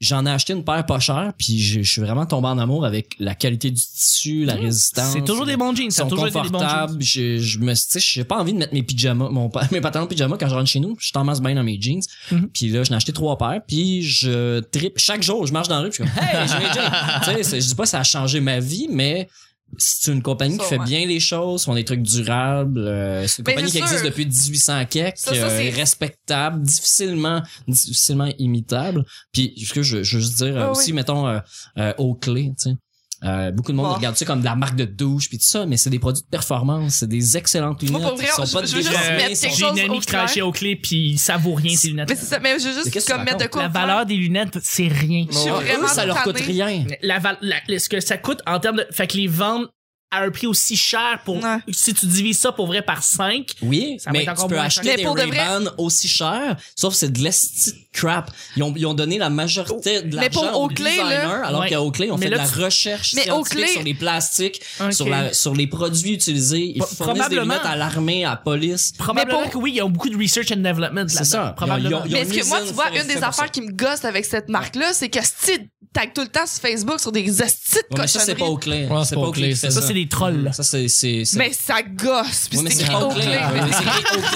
[SPEAKER 5] j'en ai acheté une paire pas chère, puis je, je suis vraiment tombé en amour avec la qualité du tissu, la résistance.
[SPEAKER 1] Mmh. C'est toujours des bons jeans.
[SPEAKER 5] Ils
[SPEAKER 1] Ça a
[SPEAKER 5] euh, sont
[SPEAKER 1] toujours été des bons jeans.
[SPEAKER 5] confortables. Je, je me, tu sais, j'ai pas envie de mettre mes pyjamas, mon, pa- (laughs) mes pantalons de pyjama quand je rentre chez nous. Je t'en masse bien dans mes jeans.
[SPEAKER 1] Mhm.
[SPEAKER 5] Puis là, j'en ai acheté trois paires. Puis je tripe. Chaque jour, je marche dans la rue. Puis je suis comme, hey, j'ai mes jeans. (laughs) tu sais, c'est- je dis pas que ça a changé ma vie, mais c'est une compagnie qui
[SPEAKER 3] Ça,
[SPEAKER 5] fait
[SPEAKER 3] ouais.
[SPEAKER 5] bien les choses, font des trucs durables. euh, c'est une
[SPEAKER 3] Ben,
[SPEAKER 5] compagnie
[SPEAKER 3] c'est
[SPEAKER 5] qui existe
[SPEAKER 3] sûr.
[SPEAKER 5] depuis 1800 quelques,
[SPEAKER 3] Ça, ça,
[SPEAKER 5] euh,
[SPEAKER 3] c'est-
[SPEAKER 5] respectable, difficilement, difficilement imitable. Puis ce que je, je veux juste dire euh,
[SPEAKER 3] Ouais,
[SPEAKER 5] aussi, mettons euh, euh, Oakley, tu sais. Euh, beaucoup de monde
[SPEAKER 3] Bon.
[SPEAKER 5] regarde ça comme de la marque de douche puis tout ça, mais c'est des produits de performance, c'est des excellentes
[SPEAKER 3] Moi,
[SPEAKER 5] lunettes.
[SPEAKER 3] pour vrai,
[SPEAKER 5] ils
[SPEAKER 3] je-
[SPEAKER 5] sont pas
[SPEAKER 3] je veux juste
[SPEAKER 5] déformés,
[SPEAKER 3] mettre
[SPEAKER 5] ils sont-
[SPEAKER 3] quelque
[SPEAKER 1] J'ai une
[SPEAKER 3] chose
[SPEAKER 1] amie
[SPEAKER 3] au
[SPEAKER 1] qui travaille
[SPEAKER 3] clair.
[SPEAKER 1] chez Oakley puis il savoue rien ses
[SPEAKER 3] mais
[SPEAKER 1] lunettes.
[SPEAKER 3] c'est ça, mais je veux
[SPEAKER 5] Mais qu'est-ce
[SPEAKER 3] juste
[SPEAKER 5] que
[SPEAKER 3] comme
[SPEAKER 5] tu
[SPEAKER 3] mettre de
[SPEAKER 5] racontes?
[SPEAKER 3] quoi.
[SPEAKER 1] La
[SPEAKER 3] au clair.
[SPEAKER 1] valeur des lunettes, c'est rien.
[SPEAKER 3] Je suis
[SPEAKER 5] Ah,
[SPEAKER 3] vraiment
[SPEAKER 5] eux, ça leur coûte
[SPEAKER 3] tannée.
[SPEAKER 5] rien.
[SPEAKER 1] la, val- la- ce que ça coûte en termes de. Fait que les vendre à un prix aussi cher pour.
[SPEAKER 3] Ouais.
[SPEAKER 1] Si tu divises ça pour vrai par 5.
[SPEAKER 5] Oui,
[SPEAKER 1] Ça va
[SPEAKER 5] mais
[SPEAKER 1] être encore
[SPEAKER 5] tu peux
[SPEAKER 1] moins
[SPEAKER 5] acheter
[SPEAKER 3] cher.
[SPEAKER 5] des
[SPEAKER 3] Mais pour de vrai-
[SPEAKER 5] Ray-Ban aussi chers, sauf que c'est de l'esti de crap. Ils ont, ils ont donné la majorité de
[SPEAKER 3] Oh, Mais pour
[SPEAKER 5] l'argent aux
[SPEAKER 3] Oakley,
[SPEAKER 5] designers,
[SPEAKER 3] là-
[SPEAKER 5] alors
[SPEAKER 1] Ouais.
[SPEAKER 5] qu'à Oakley, on
[SPEAKER 1] Mais
[SPEAKER 5] fait
[SPEAKER 1] là,
[SPEAKER 5] de la
[SPEAKER 1] tu-
[SPEAKER 5] recherche
[SPEAKER 3] Mais
[SPEAKER 5] scientifique
[SPEAKER 3] Oakley-
[SPEAKER 5] sur les plastiques,
[SPEAKER 1] Ok.
[SPEAKER 5] sur, la, sur les produits utilisés. Ils
[SPEAKER 1] Pro-
[SPEAKER 5] fournissent des
[SPEAKER 1] probablement.
[SPEAKER 5] lunettes à l'armée, à la police.
[SPEAKER 1] Probablement
[SPEAKER 3] pour-
[SPEAKER 1] que oui, ils ont beaucoup de research and development.
[SPEAKER 5] C'est
[SPEAKER 1] là-dedans.
[SPEAKER 5] ça.
[SPEAKER 1] Probablement.
[SPEAKER 5] Ils ont- ils ont-
[SPEAKER 3] Mais est-ce que moi,
[SPEAKER 5] Ils
[SPEAKER 3] tu
[SPEAKER 5] ont
[SPEAKER 3] vois,
[SPEAKER 5] mis ça,
[SPEAKER 3] une des
[SPEAKER 5] c'est pour
[SPEAKER 3] affaires
[SPEAKER 5] ça.
[SPEAKER 3] qui me gosse avec cette marque-là, c'est que si tag tout le temps sur Facebook sur des hosties de
[SPEAKER 5] Ouais, mais ça, c'est pas
[SPEAKER 3] cochonneries.
[SPEAKER 5] Oakley.
[SPEAKER 2] Ouais,
[SPEAKER 5] c'est pas Oakley. qui fait
[SPEAKER 1] ça,
[SPEAKER 5] Ça,
[SPEAKER 1] c'est des trolls. là.
[SPEAKER 5] (laughs) Ça, c'est. c'est- c'est-
[SPEAKER 3] Mais ça gosse, puis
[SPEAKER 5] Ouais, mais
[SPEAKER 3] c'est
[SPEAKER 5] c'est
[SPEAKER 3] écrit
[SPEAKER 5] pas
[SPEAKER 3] au
[SPEAKER 5] Oakley.
[SPEAKER 3] clé.
[SPEAKER 5] euh, C'est écrit
[SPEAKER 3] écrit
[SPEAKER 5] Oakley.
[SPEAKER 3] au
[SPEAKER 5] C'est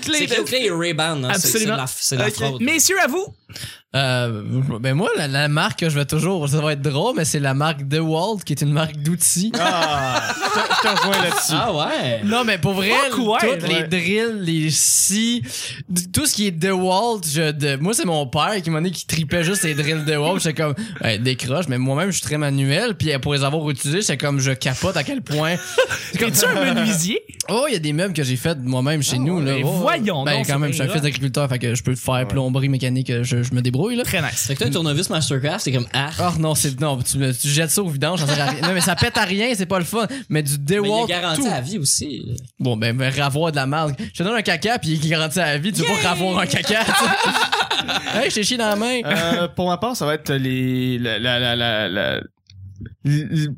[SPEAKER 3] clé.
[SPEAKER 5] écrit Oakley et Ray-Ban. hein, c'est- c'est de la-
[SPEAKER 1] Absolument.
[SPEAKER 5] C'est de la
[SPEAKER 3] Ok.
[SPEAKER 5] fraude.
[SPEAKER 1] Messieurs, à vous.
[SPEAKER 2] Euh, ben moi, la, la marque que je vais toujours, ça va être drôle, mais c'est la marque DeWalt, qui est une marque d'outils.
[SPEAKER 4] Ah, je te- je te rejoins là-dessus.
[SPEAKER 5] Ah ouais.
[SPEAKER 2] Non, mais pour vrai,
[SPEAKER 1] Fuck ouais,
[SPEAKER 2] toutes
[SPEAKER 1] ouais.
[SPEAKER 2] les drills, les scies, d- tout ce qui est DeWalt, je, de, moi, c'est mon père qui m'a dit qu'il tripait juste les drills DeWalt. J'étais comme, Hey, décroche, mais moi-même, je suis très manuel. Puis euh, pour les avoir utilisés, j'étais comme, je capote à quel point.
[SPEAKER 1] Es-tu un menuisier?
[SPEAKER 2] Oh, il y a des meubles que j'ai fait moi-même chez nous. Là.
[SPEAKER 1] Ah mais
[SPEAKER 2] Oh.
[SPEAKER 1] voyons
[SPEAKER 2] ben,
[SPEAKER 1] donc,
[SPEAKER 2] quand
[SPEAKER 1] ce
[SPEAKER 2] même, je suis un
[SPEAKER 1] délire-là.
[SPEAKER 2] fils d'agriculteur, fait que je peux faire plomberie mécanique, euh, je, je me débrouille. Là.
[SPEAKER 1] Très nice.
[SPEAKER 5] Fait que toi, tournevis Mastercraft, c'est comme. Ah.
[SPEAKER 2] Oh non, c'est non, tu, me- tu jettes ça au vidange, ça sert à rien. Non, mais ça pète à rien, c'est pas le fun. Mais du
[SPEAKER 5] Mais il est
[SPEAKER 2] DeWalt,
[SPEAKER 5] garanti
[SPEAKER 2] tout.
[SPEAKER 5] à vie aussi.
[SPEAKER 2] Bon, ben, ben ravoir de la marque. Je te donne un caca, puis il est garanti à la vie. Tu vas pas ravoir un caca,
[SPEAKER 5] (laughs)
[SPEAKER 2] tu sais. Hey, je t'ai chié dans la main.
[SPEAKER 4] Euh, pour ma part, ça va être les. La, la, la, la, la- l- l-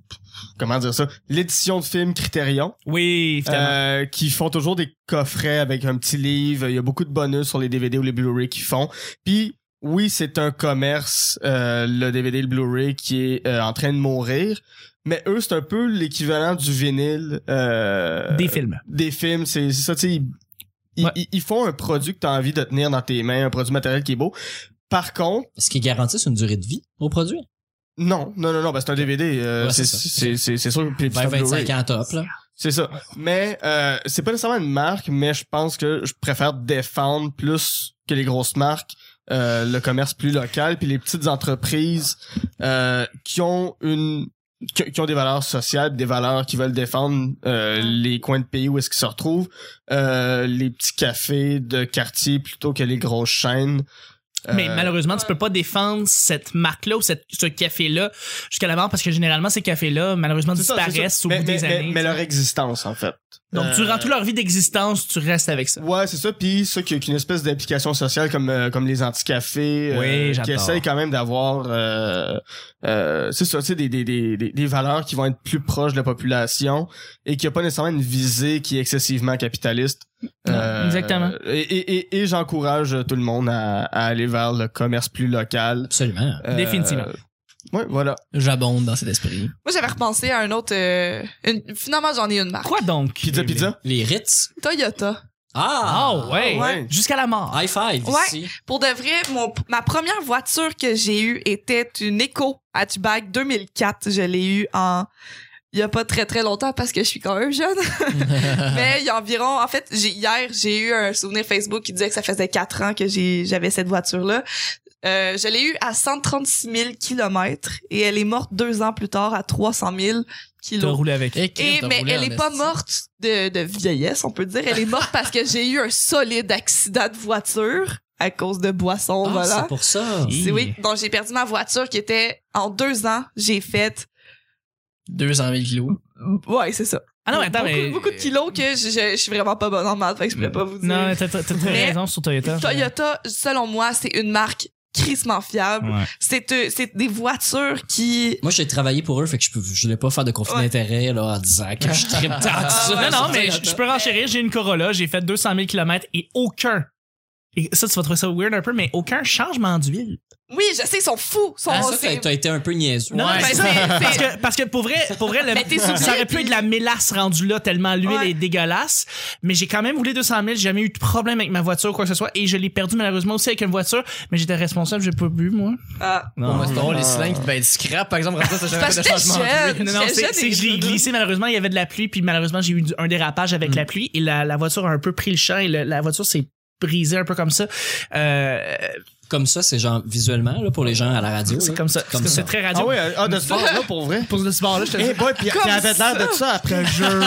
[SPEAKER 4] comment dire ça? L'édition de film Criterion.
[SPEAKER 1] Oui, finalement.
[SPEAKER 4] Euh, qui font toujours des coffrets avec un petit livre. Il y a beaucoup de bonus sur les DVD ou les Blu-ray qu'ils font. Puis, oui, c'est un commerce, euh, le DVD et le Blu-ray, qui est euh, en train de mourir. Mais eux, c'est un peu l'équivalent du vinyle. euh,
[SPEAKER 1] Des films.
[SPEAKER 4] des films, c'est c'est ça, tu sais. Ils, ils-
[SPEAKER 1] Ouais.
[SPEAKER 4] ils- ils font un produit que tu as envie de tenir dans tes mains, un produit matériel qui est beau. Par contre,
[SPEAKER 5] Est-ce qu'ils garantissent une durée de vie au produit?
[SPEAKER 4] non, non, non, non, ben c'est un DVD. euh,
[SPEAKER 5] Ouais,
[SPEAKER 4] c'est
[SPEAKER 5] c'est ça.
[SPEAKER 4] c'est- c'est- c'est sûr. puis- puis
[SPEAKER 5] Ben,
[SPEAKER 4] c'est un Blu-ray.
[SPEAKER 5] 25 ans top, là.
[SPEAKER 4] C'est ça. Mais euh, c'est pas nécessairement une marque, mais je pense que je préfère défendre plus que les grosses marques, euh, le commerce plus local, puis les petites entreprises euh, qui ont une qui, qui ont des valeurs sociales, des valeurs qui veulent défendre euh, les coins de pays où est-ce qu'ils se retrouvent, euh, les petits cafés de quartier plutôt que les grosses chaînes.
[SPEAKER 1] Mais
[SPEAKER 4] Euh,
[SPEAKER 1] malheureusement, tu peux pas défendre cette marque-là ou cette, ce café-là jusqu'à la mort parce que généralement, ces cafés-là, malheureusement,
[SPEAKER 4] C'est ça,
[SPEAKER 1] disparaissent
[SPEAKER 4] c'est ça.
[SPEAKER 1] au
[SPEAKER 4] mais,
[SPEAKER 1] bout
[SPEAKER 4] mais-
[SPEAKER 1] des
[SPEAKER 4] mais-
[SPEAKER 1] années.
[SPEAKER 4] mais leur existence, en fait.
[SPEAKER 1] Donc,
[SPEAKER 4] Euh,
[SPEAKER 1] durant toute leur vie d'existence, tu restes avec ça.
[SPEAKER 4] Ouais, c'est ça. Puis ça, qui est une espèce d'application sociale comme, euh, comme les anti-cafés, euh,
[SPEAKER 1] Oui,
[SPEAKER 4] qui
[SPEAKER 1] j'adore.
[SPEAKER 4] essayent quand même d'avoir, euh, euh, c'est ça, tu sais, des, des, des, des- des valeurs qui vont être plus proches de la population et qui a pas nécessairement une visée qui est excessivement capitaliste. Euh,
[SPEAKER 1] exactement.
[SPEAKER 4] Et, et, et, et j'encourage tout le monde à, à aller vers le commerce plus local.
[SPEAKER 5] Absolument.
[SPEAKER 4] Euh,
[SPEAKER 1] Définitivement.
[SPEAKER 4] Ouais, voilà.
[SPEAKER 2] J'abonde dans cet esprit.
[SPEAKER 3] Moi, j'avais repensé à un autre. euh, une- Finalement, j'en ai une marque.
[SPEAKER 1] Quoi donc?
[SPEAKER 4] Pizza,
[SPEAKER 1] Kevin?
[SPEAKER 4] pizza.
[SPEAKER 5] Les Ritz.
[SPEAKER 3] Toyota.
[SPEAKER 5] Ah!
[SPEAKER 1] Ah ouais.
[SPEAKER 4] ouais.
[SPEAKER 1] Jusqu'à la
[SPEAKER 3] Ah,
[SPEAKER 1] mort.
[SPEAKER 5] High five
[SPEAKER 3] Ouais.
[SPEAKER 5] ici.
[SPEAKER 3] Pour de vrai, mon, ma première voiture que j'ai eue était une Eco Hatchback 2004. Je l'ai eue en il y a pas très très longtemps parce que je suis quand même jeune. (laughs) Mais il y a environ en fait, j'ai hier, j'ai eu un souvenir Facebook qui disait que ça faisait quatre ans que j'ai j'avais cette voiture là. Euh, je l'ai eue à 136 000 kilomètres et elle est morte deux ans plus tard à 300 000
[SPEAKER 1] T'as
[SPEAKER 3] kilomètres.
[SPEAKER 1] roulé avec.
[SPEAKER 5] Eh,
[SPEAKER 2] Et, crime,
[SPEAKER 3] Et,
[SPEAKER 2] t'as
[SPEAKER 3] mais
[SPEAKER 2] roulé
[SPEAKER 3] elle
[SPEAKER 2] en
[SPEAKER 3] est pas
[SPEAKER 2] esti.
[SPEAKER 3] morte de, de vieillesse, on peut dire. Elle est morte parce que j'ai eu un solide accident de voiture à cause de boissons,
[SPEAKER 5] Ah,
[SPEAKER 3] voilà.
[SPEAKER 5] C'est pour ça.
[SPEAKER 1] Hi.
[SPEAKER 3] C'est oui. Donc, j'ai perdu ma voiture qui était en deux ans, j'ai fait.
[SPEAKER 2] 200 000 kilos.
[SPEAKER 3] Ouais, c'est ça.
[SPEAKER 1] Ah non, mais attends,
[SPEAKER 3] beaucoup,
[SPEAKER 1] mais.
[SPEAKER 3] beaucoup de kilos que je, je- je suis vraiment pas bonne en maths, fait que je pourrais pas vous dire.
[SPEAKER 1] Non, t'as t'as- t'as
[SPEAKER 3] Mais-
[SPEAKER 1] raison sur Toyota.
[SPEAKER 3] Toyota, selon moi, c'est une marque crissement fiable.
[SPEAKER 1] Ouais.
[SPEAKER 3] C'est, euh, c'est des voitures qui.
[SPEAKER 5] Moi, j'ai travaillé pour eux, fait que je peux, je voulais pas faire de conflit
[SPEAKER 3] Ouais.
[SPEAKER 5] d'intérêt, là, en disant que je tripe tant que ça.
[SPEAKER 1] Ah, Non, non, mais
[SPEAKER 5] Sur
[SPEAKER 1] je je peux renchérir. J'ai une Corolla, j'ai fait 200 000 km et aucun. Et ça, tu vas trouver ça weird un peu, mais aucun changement d'huile.
[SPEAKER 3] Oui, je sais, ils sont fous. Ils sont
[SPEAKER 5] Ah, ça,
[SPEAKER 3] c'est-
[SPEAKER 5] t'as- t'as été un peu niaiseux.
[SPEAKER 1] Non,
[SPEAKER 5] Ouais.
[SPEAKER 1] mais
[SPEAKER 3] ben,
[SPEAKER 1] c'est ça. (laughs)
[SPEAKER 3] c'est-
[SPEAKER 1] Parce
[SPEAKER 3] c'est-
[SPEAKER 1] que, parce que pour vrai, pour vrai le-
[SPEAKER 3] Mais t'es
[SPEAKER 1] ça aurait pu
[SPEAKER 3] souillé,
[SPEAKER 1] être de la mélasse rendue là, tellement l'huile
[SPEAKER 3] Ouais.
[SPEAKER 1] est dégueulasse. Mais j'ai quand même roulé 200 000, j'ai jamais eu de problème avec ma voiture ou quoi que ce soit. Et je l'ai perdu malheureusement aussi avec une voiture, mais j'étais responsable, j'ai pas bu,
[SPEAKER 3] (laughs)
[SPEAKER 1] moi.
[SPEAKER 3] Ah.
[SPEAKER 2] Pour moi, c'est drôle, les
[SPEAKER 4] Ah.
[SPEAKER 2] cylindres qui devaient être scrap, par exemple, comme ça, ça jamais
[SPEAKER 3] Parce que
[SPEAKER 2] fait de
[SPEAKER 3] j'étais
[SPEAKER 2] changement.
[SPEAKER 3] jeune.
[SPEAKER 1] Non, non,
[SPEAKER 3] J'étais
[SPEAKER 1] c'est
[SPEAKER 3] jeune
[SPEAKER 1] c'est que je l'ai
[SPEAKER 3] et-
[SPEAKER 1] glissé, malheureusement, il y avait de la pluie, puis malheureusement, j'ai eu du- un dérapage avec la pluie, et la, la voiture a un peu pris le champ, et le- la voiture s'est brisée un peu comme ça. Euh,
[SPEAKER 5] Comme ça, c'est genre visuellement, là, pour les gens à la radio.
[SPEAKER 1] c'est
[SPEAKER 5] là.
[SPEAKER 1] comme ça. Parce que
[SPEAKER 5] ça.
[SPEAKER 1] C'est très radio.
[SPEAKER 4] Ah ouais, ah, de ce bord-là, pour vrai.
[SPEAKER 1] Pour ce bord-là, je te
[SPEAKER 4] Eh boy, pis
[SPEAKER 3] Comme
[SPEAKER 4] elle avait l'air de ça après le jeu.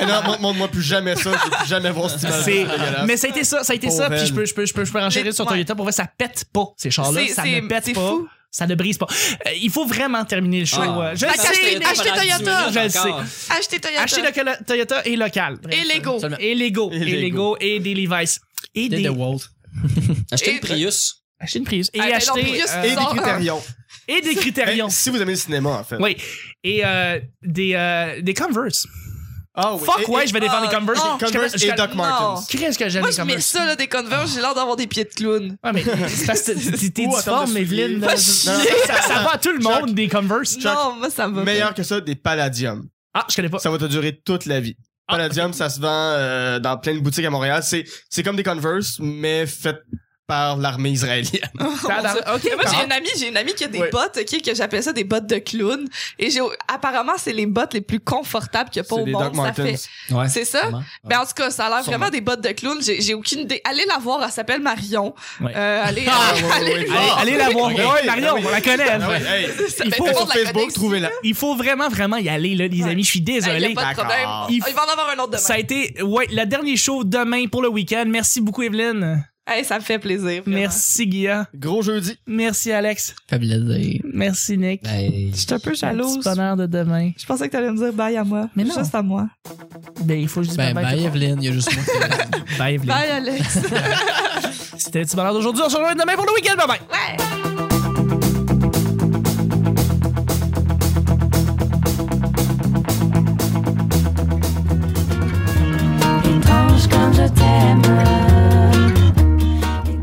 [SPEAKER 4] Eh non, mon- montre-moi plus jamais ça, je veux plus jamais voir cette image.
[SPEAKER 1] Ah! C'est-
[SPEAKER 4] dégueulasse.
[SPEAKER 1] mais ça a été ça, ça a été
[SPEAKER 4] Pauvre
[SPEAKER 1] ça,
[SPEAKER 4] elle.
[SPEAKER 1] puis je peux, je peux, je peux, je peux renchérir
[SPEAKER 3] Mais-
[SPEAKER 1] sur
[SPEAKER 3] ouais.
[SPEAKER 1] Toyota. Pour vrai, ça pète pas, ces chars-là.
[SPEAKER 3] C'est-
[SPEAKER 1] Ça
[SPEAKER 3] c'est-
[SPEAKER 1] ne pète
[SPEAKER 3] c'est
[SPEAKER 1] pas.
[SPEAKER 3] fou.
[SPEAKER 1] Ça ne brise pas. Euh, il faut vraiment terminer le show.
[SPEAKER 5] Ah.
[SPEAKER 1] euh, Je
[SPEAKER 3] Achetez-
[SPEAKER 1] le sais, mais-
[SPEAKER 3] achetez Toyota.
[SPEAKER 1] Je le sais.
[SPEAKER 5] Encore.
[SPEAKER 3] Achetez Toyota.
[SPEAKER 1] Achetez le Toyota et local. Bref.
[SPEAKER 3] Et Lego.
[SPEAKER 2] Seulement-
[SPEAKER 1] Et Lego.
[SPEAKER 4] Et
[SPEAKER 1] Et Lego.
[SPEAKER 4] Lego.
[SPEAKER 1] Et des Levi's. Et
[SPEAKER 2] Des
[SPEAKER 1] des.
[SPEAKER 2] Walt.
[SPEAKER 5] Achetez
[SPEAKER 3] Et-
[SPEAKER 5] une Prius.
[SPEAKER 1] Achetez une prise. Et
[SPEAKER 3] Ah, ben non,
[SPEAKER 1] achetez.
[SPEAKER 3] Prius,
[SPEAKER 1] euh,
[SPEAKER 4] Et des
[SPEAKER 3] Sors, hein.
[SPEAKER 4] critérions.
[SPEAKER 1] Et des critériums.
[SPEAKER 4] Eh, si vous aimez le cinéma, en fait.
[SPEAKER 1] Oui. Et euh, des, euh, des Converse.
[SPEAKER 4] Ah oui.
[SPEAKER 1] Fuck
[SPEAKER 4] Et-
[SPEAKER 1] ouais,
[SPEAKER 4] et-
[SPEAKER 1] je vais défendre les
[SPEAKER 3] Ah,
[SPEAKER 1] Converse.
[SPEAKER 3] non.
[SPEAKER 1] Je- je-
[SPEAKER 4] Converse
[SPEAKER 1] je-
[SPEAKER 4] et Doc
[SPEAKER 3] non.
[SPEAKER 4] Martens.
[SPEAKER 1] Qu'est-ce que j'aime
[SPEAKER 3] Moi,
[SPEAKER 1] les
[SPEAKER 3] je mets
[SPEAKER 1] Converse?
[SPEAKER 3] ça, là, des Converse, j'ai l'air d'avoir des pieds de clown.
[SPEAKER 1] Ouais, mais c'est parce que t'es- t'es t'es
[SPEAKER 4] Ou en termes
[SPEAKER 1] difforme,
[SPEAKER 4] de
[SPEAKER 1] Evelyne.
[SPEAKER 4] souliers.
[SPEAKER 1] là.
[SPEAKER 4] Non, non,
[SPEAKER 1] Ça, ça va à tout le monde, des Converse.
[SPEAKER 3] Non, moi, ça me va.
[SPEAKER 4] Meilleur que ça, des palladiums.
[SPEAKER 1] Ah, je connais pas.
[SPEAKER 4] Ça va te durer toute la vie.
[SPEAKER 1] Ah.
[SPEAKER 4] Palladium, ça se vend euh, dans plein de boutiques à Montréal. C'est c'est comme des Converse, mais faites par l'armée israélienne.
[SPEAKER 1] Tadam. Ok,
[SPEAKER 3] Mais moi, j'ai
[SPEAKER 1] bon.
[SPEAKER 3] une amie, j'ai une amie qui a des
[SPEAKER 4] Ouais.
[SPEAKER 3] bottes, ok, que j'appelle ça des bottes de clown. Et j'ai, apparemment, c'est les bottes les plus confortables qu'il y a pas
[SPEAKER 4] C'est
[SPEAKER 3] au
[SPEAKER 4] des
[SPEAKER 3] monde.
[SPEAKER 4] Doc
[SPEAKER 3] ça
[SPEAKER 4] Martens.
[SPEAKER 3] fait-
[SPEAKER 5] Ouais.
[SPEAKER 3] C'est ça?
[SPEAKER 5] Vraiment.
[SPEAKER 3] Ben, en tout cas, ça a l'air
[SPEAKER 4] Sûrement.
[SPEAKER 3] vraiment des bottes de clown. J'ai, j'ai aucune idée. Allez la voir, elle s'appelle Marion.
[SPEAKER 1] Ouais.
[SPEAKER 3] Euh, allez,
[SPEAKER 4] (laughs) Ah, ouais, ouais,
[SPEAKER 3] allez,
[SPEAKER 4] ouais.
[SPEAKER 3] le
[SPEAKER 1] Allez,
[SPEAKER 3] voir.
[SPEAKER 1] allez la voir.
[SPEAKER 4] Ok.
[SPEAKER 1] Ben oui,
[SPEAKER 4] Ah
[SPEAKER 1] Marion,
[SPEAKER 4] oui.
[SPEAKER 1] on la connaît. elle.
[SPEAKER 4] Ah ouais, hey.
[SPEAKER 3] Ça
[SPEAKER 1] Il
[SPEAKER 3] fait
[SPEAKER 1] faut-
[SPEAKER 3] longtemps qu'on
[SPEAKER 4] Sur
[SPEAKER 3] la connaît
[SPEAKER 4] Facebook,
[SPEAKER 3] ici.
[SPEAKER 4] trouvez-la.
[SPEAKER 1] Il faut vraiment, vraiment y aller, là, les
[SPEAKER 3] Ouais.
[SPEAKER 1] amis. Je suis
[SPEAKER 3] Hey, y a
[SPEAKER 1] désolé.
[SPEAKER 3] pas de
[SPEAKER 4] D'accord.
[SPEAKER 3] problème.
[SPEAKER 1] Il
[SPEAKER 3] Il,
[SPEAKER 1] faut-
[SPEAKER 3] va en avoir un autre demain.
[SPEAKER 1] Ça a été ouais, le dernier show demain pour le week-end. Merci beaucoup, Evelyne.
[SPEAKER 3] Hey, ça me fait plaisir. vraiment.
[SPEAKER 1] Merci, Guilla.
[SPEAKER 4] Gros jeudi.
[SPEAKER 1] Merci, Alex.
[SPEAKER 2] Fabuleux.
[SPEAKER 1] Merci, Nick.
[SPEAKER 5] Ben,
[SPEAKER 3] Je suis un peu
[SPEAKER 1] Le
[SPEAKER 3] jalouse.
[SPEAKER 1] petit bonheur de demain.
[SPEAKER 3] Je pensais que t'allais me dire bye à moi.
[SPEAKER 1] Mais non.
[SPEAKER 3] Juste à moi.
[SPEAKER 1] Ben, il faut que je dise
[SPEAKER 2] Ben,
[SPEAKER 1] bye-bye.
[SPEAKER 2] bye, Evelyne, il y a juste moi. qui-
[SPEAKER 1] Bye, Evelyne.
[SPEAKER 3] Bye, Alex.
[SPEAKER 1] C'était le petit bonheur d'aujourd'hui. On se rejoint demain pour le week-end. Bye-bye.
[SPEAKER 3] ouais.
[SPEAKER 6] étrange comme je t'aime.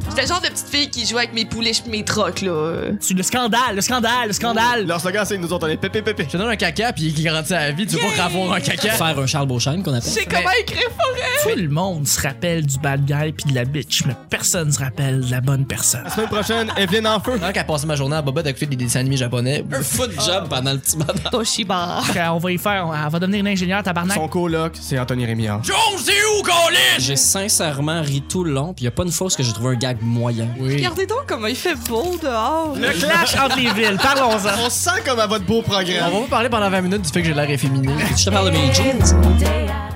[SPEAKER 3] J'étais le genre de petite fille qui joue avec mes poulets, mes trocs, là.
[SPEAKER 1] C'est Le scandale, le scandale, le scandale.
[SPEAKER 4] Leur slogan, c'est nous autres, on est pépé pépé.
[SPEAKER 2] Je te donne un caca, puis il garantit à la vie, tu veux pas avoir un caca.
[SPEAKER 5] faire un Charles Beauchamp qu'on
[SPEAKER 3] Je
[SPEAKER 5] appelle.
[SPEAKER 3] sais comment écrire forêt.
[SPEAKER 1] Tout le monde se rappelle du bad guy puis de la bitch, mais personne se rappelle de la bonne personne.
[SPEAKER 4] La semaine prochaine, Evelyne en feu.
[SPEAKER 2] Pendant qu'elle passait ma journée à Boba d'écouter des dessins animés japonais.
[SPEAKER 5] Un foot job pendant le petit matin.
[SPEAKER 3] Toshiba.
[SPEAKER 1] Euh, On va y faire, on- elle va devenir une ingénieure tabarnak.
[SPEAKER 4] Son coloc, c'est Anthony Rémillard.
[SPEAKER 2] Jones, c'est où, Colin?
[SPEAKER 5] J'ai sincèrement ri tout le long, puis y a pas une fausse que j'ai trouvé un gag moyen.
[SPEAKER 2] Oui.
[SPEAKER 3] Regardez donc comment il fait beau dehors.
[SPEAKER 1] Le clash entre les villes, parlons-en.
[SPEAKER 4] On sent comme à votre beau
[SPEAKER 2] On
[SPEAKER 4] programme.
[SPEAKER 2] va vous parler pendant 20 minutes du fait que j'ai l'air efféminé.
[SPEAKER 5] Je te parle de mes jeans.
[SPEAKER 6] Mon idéal.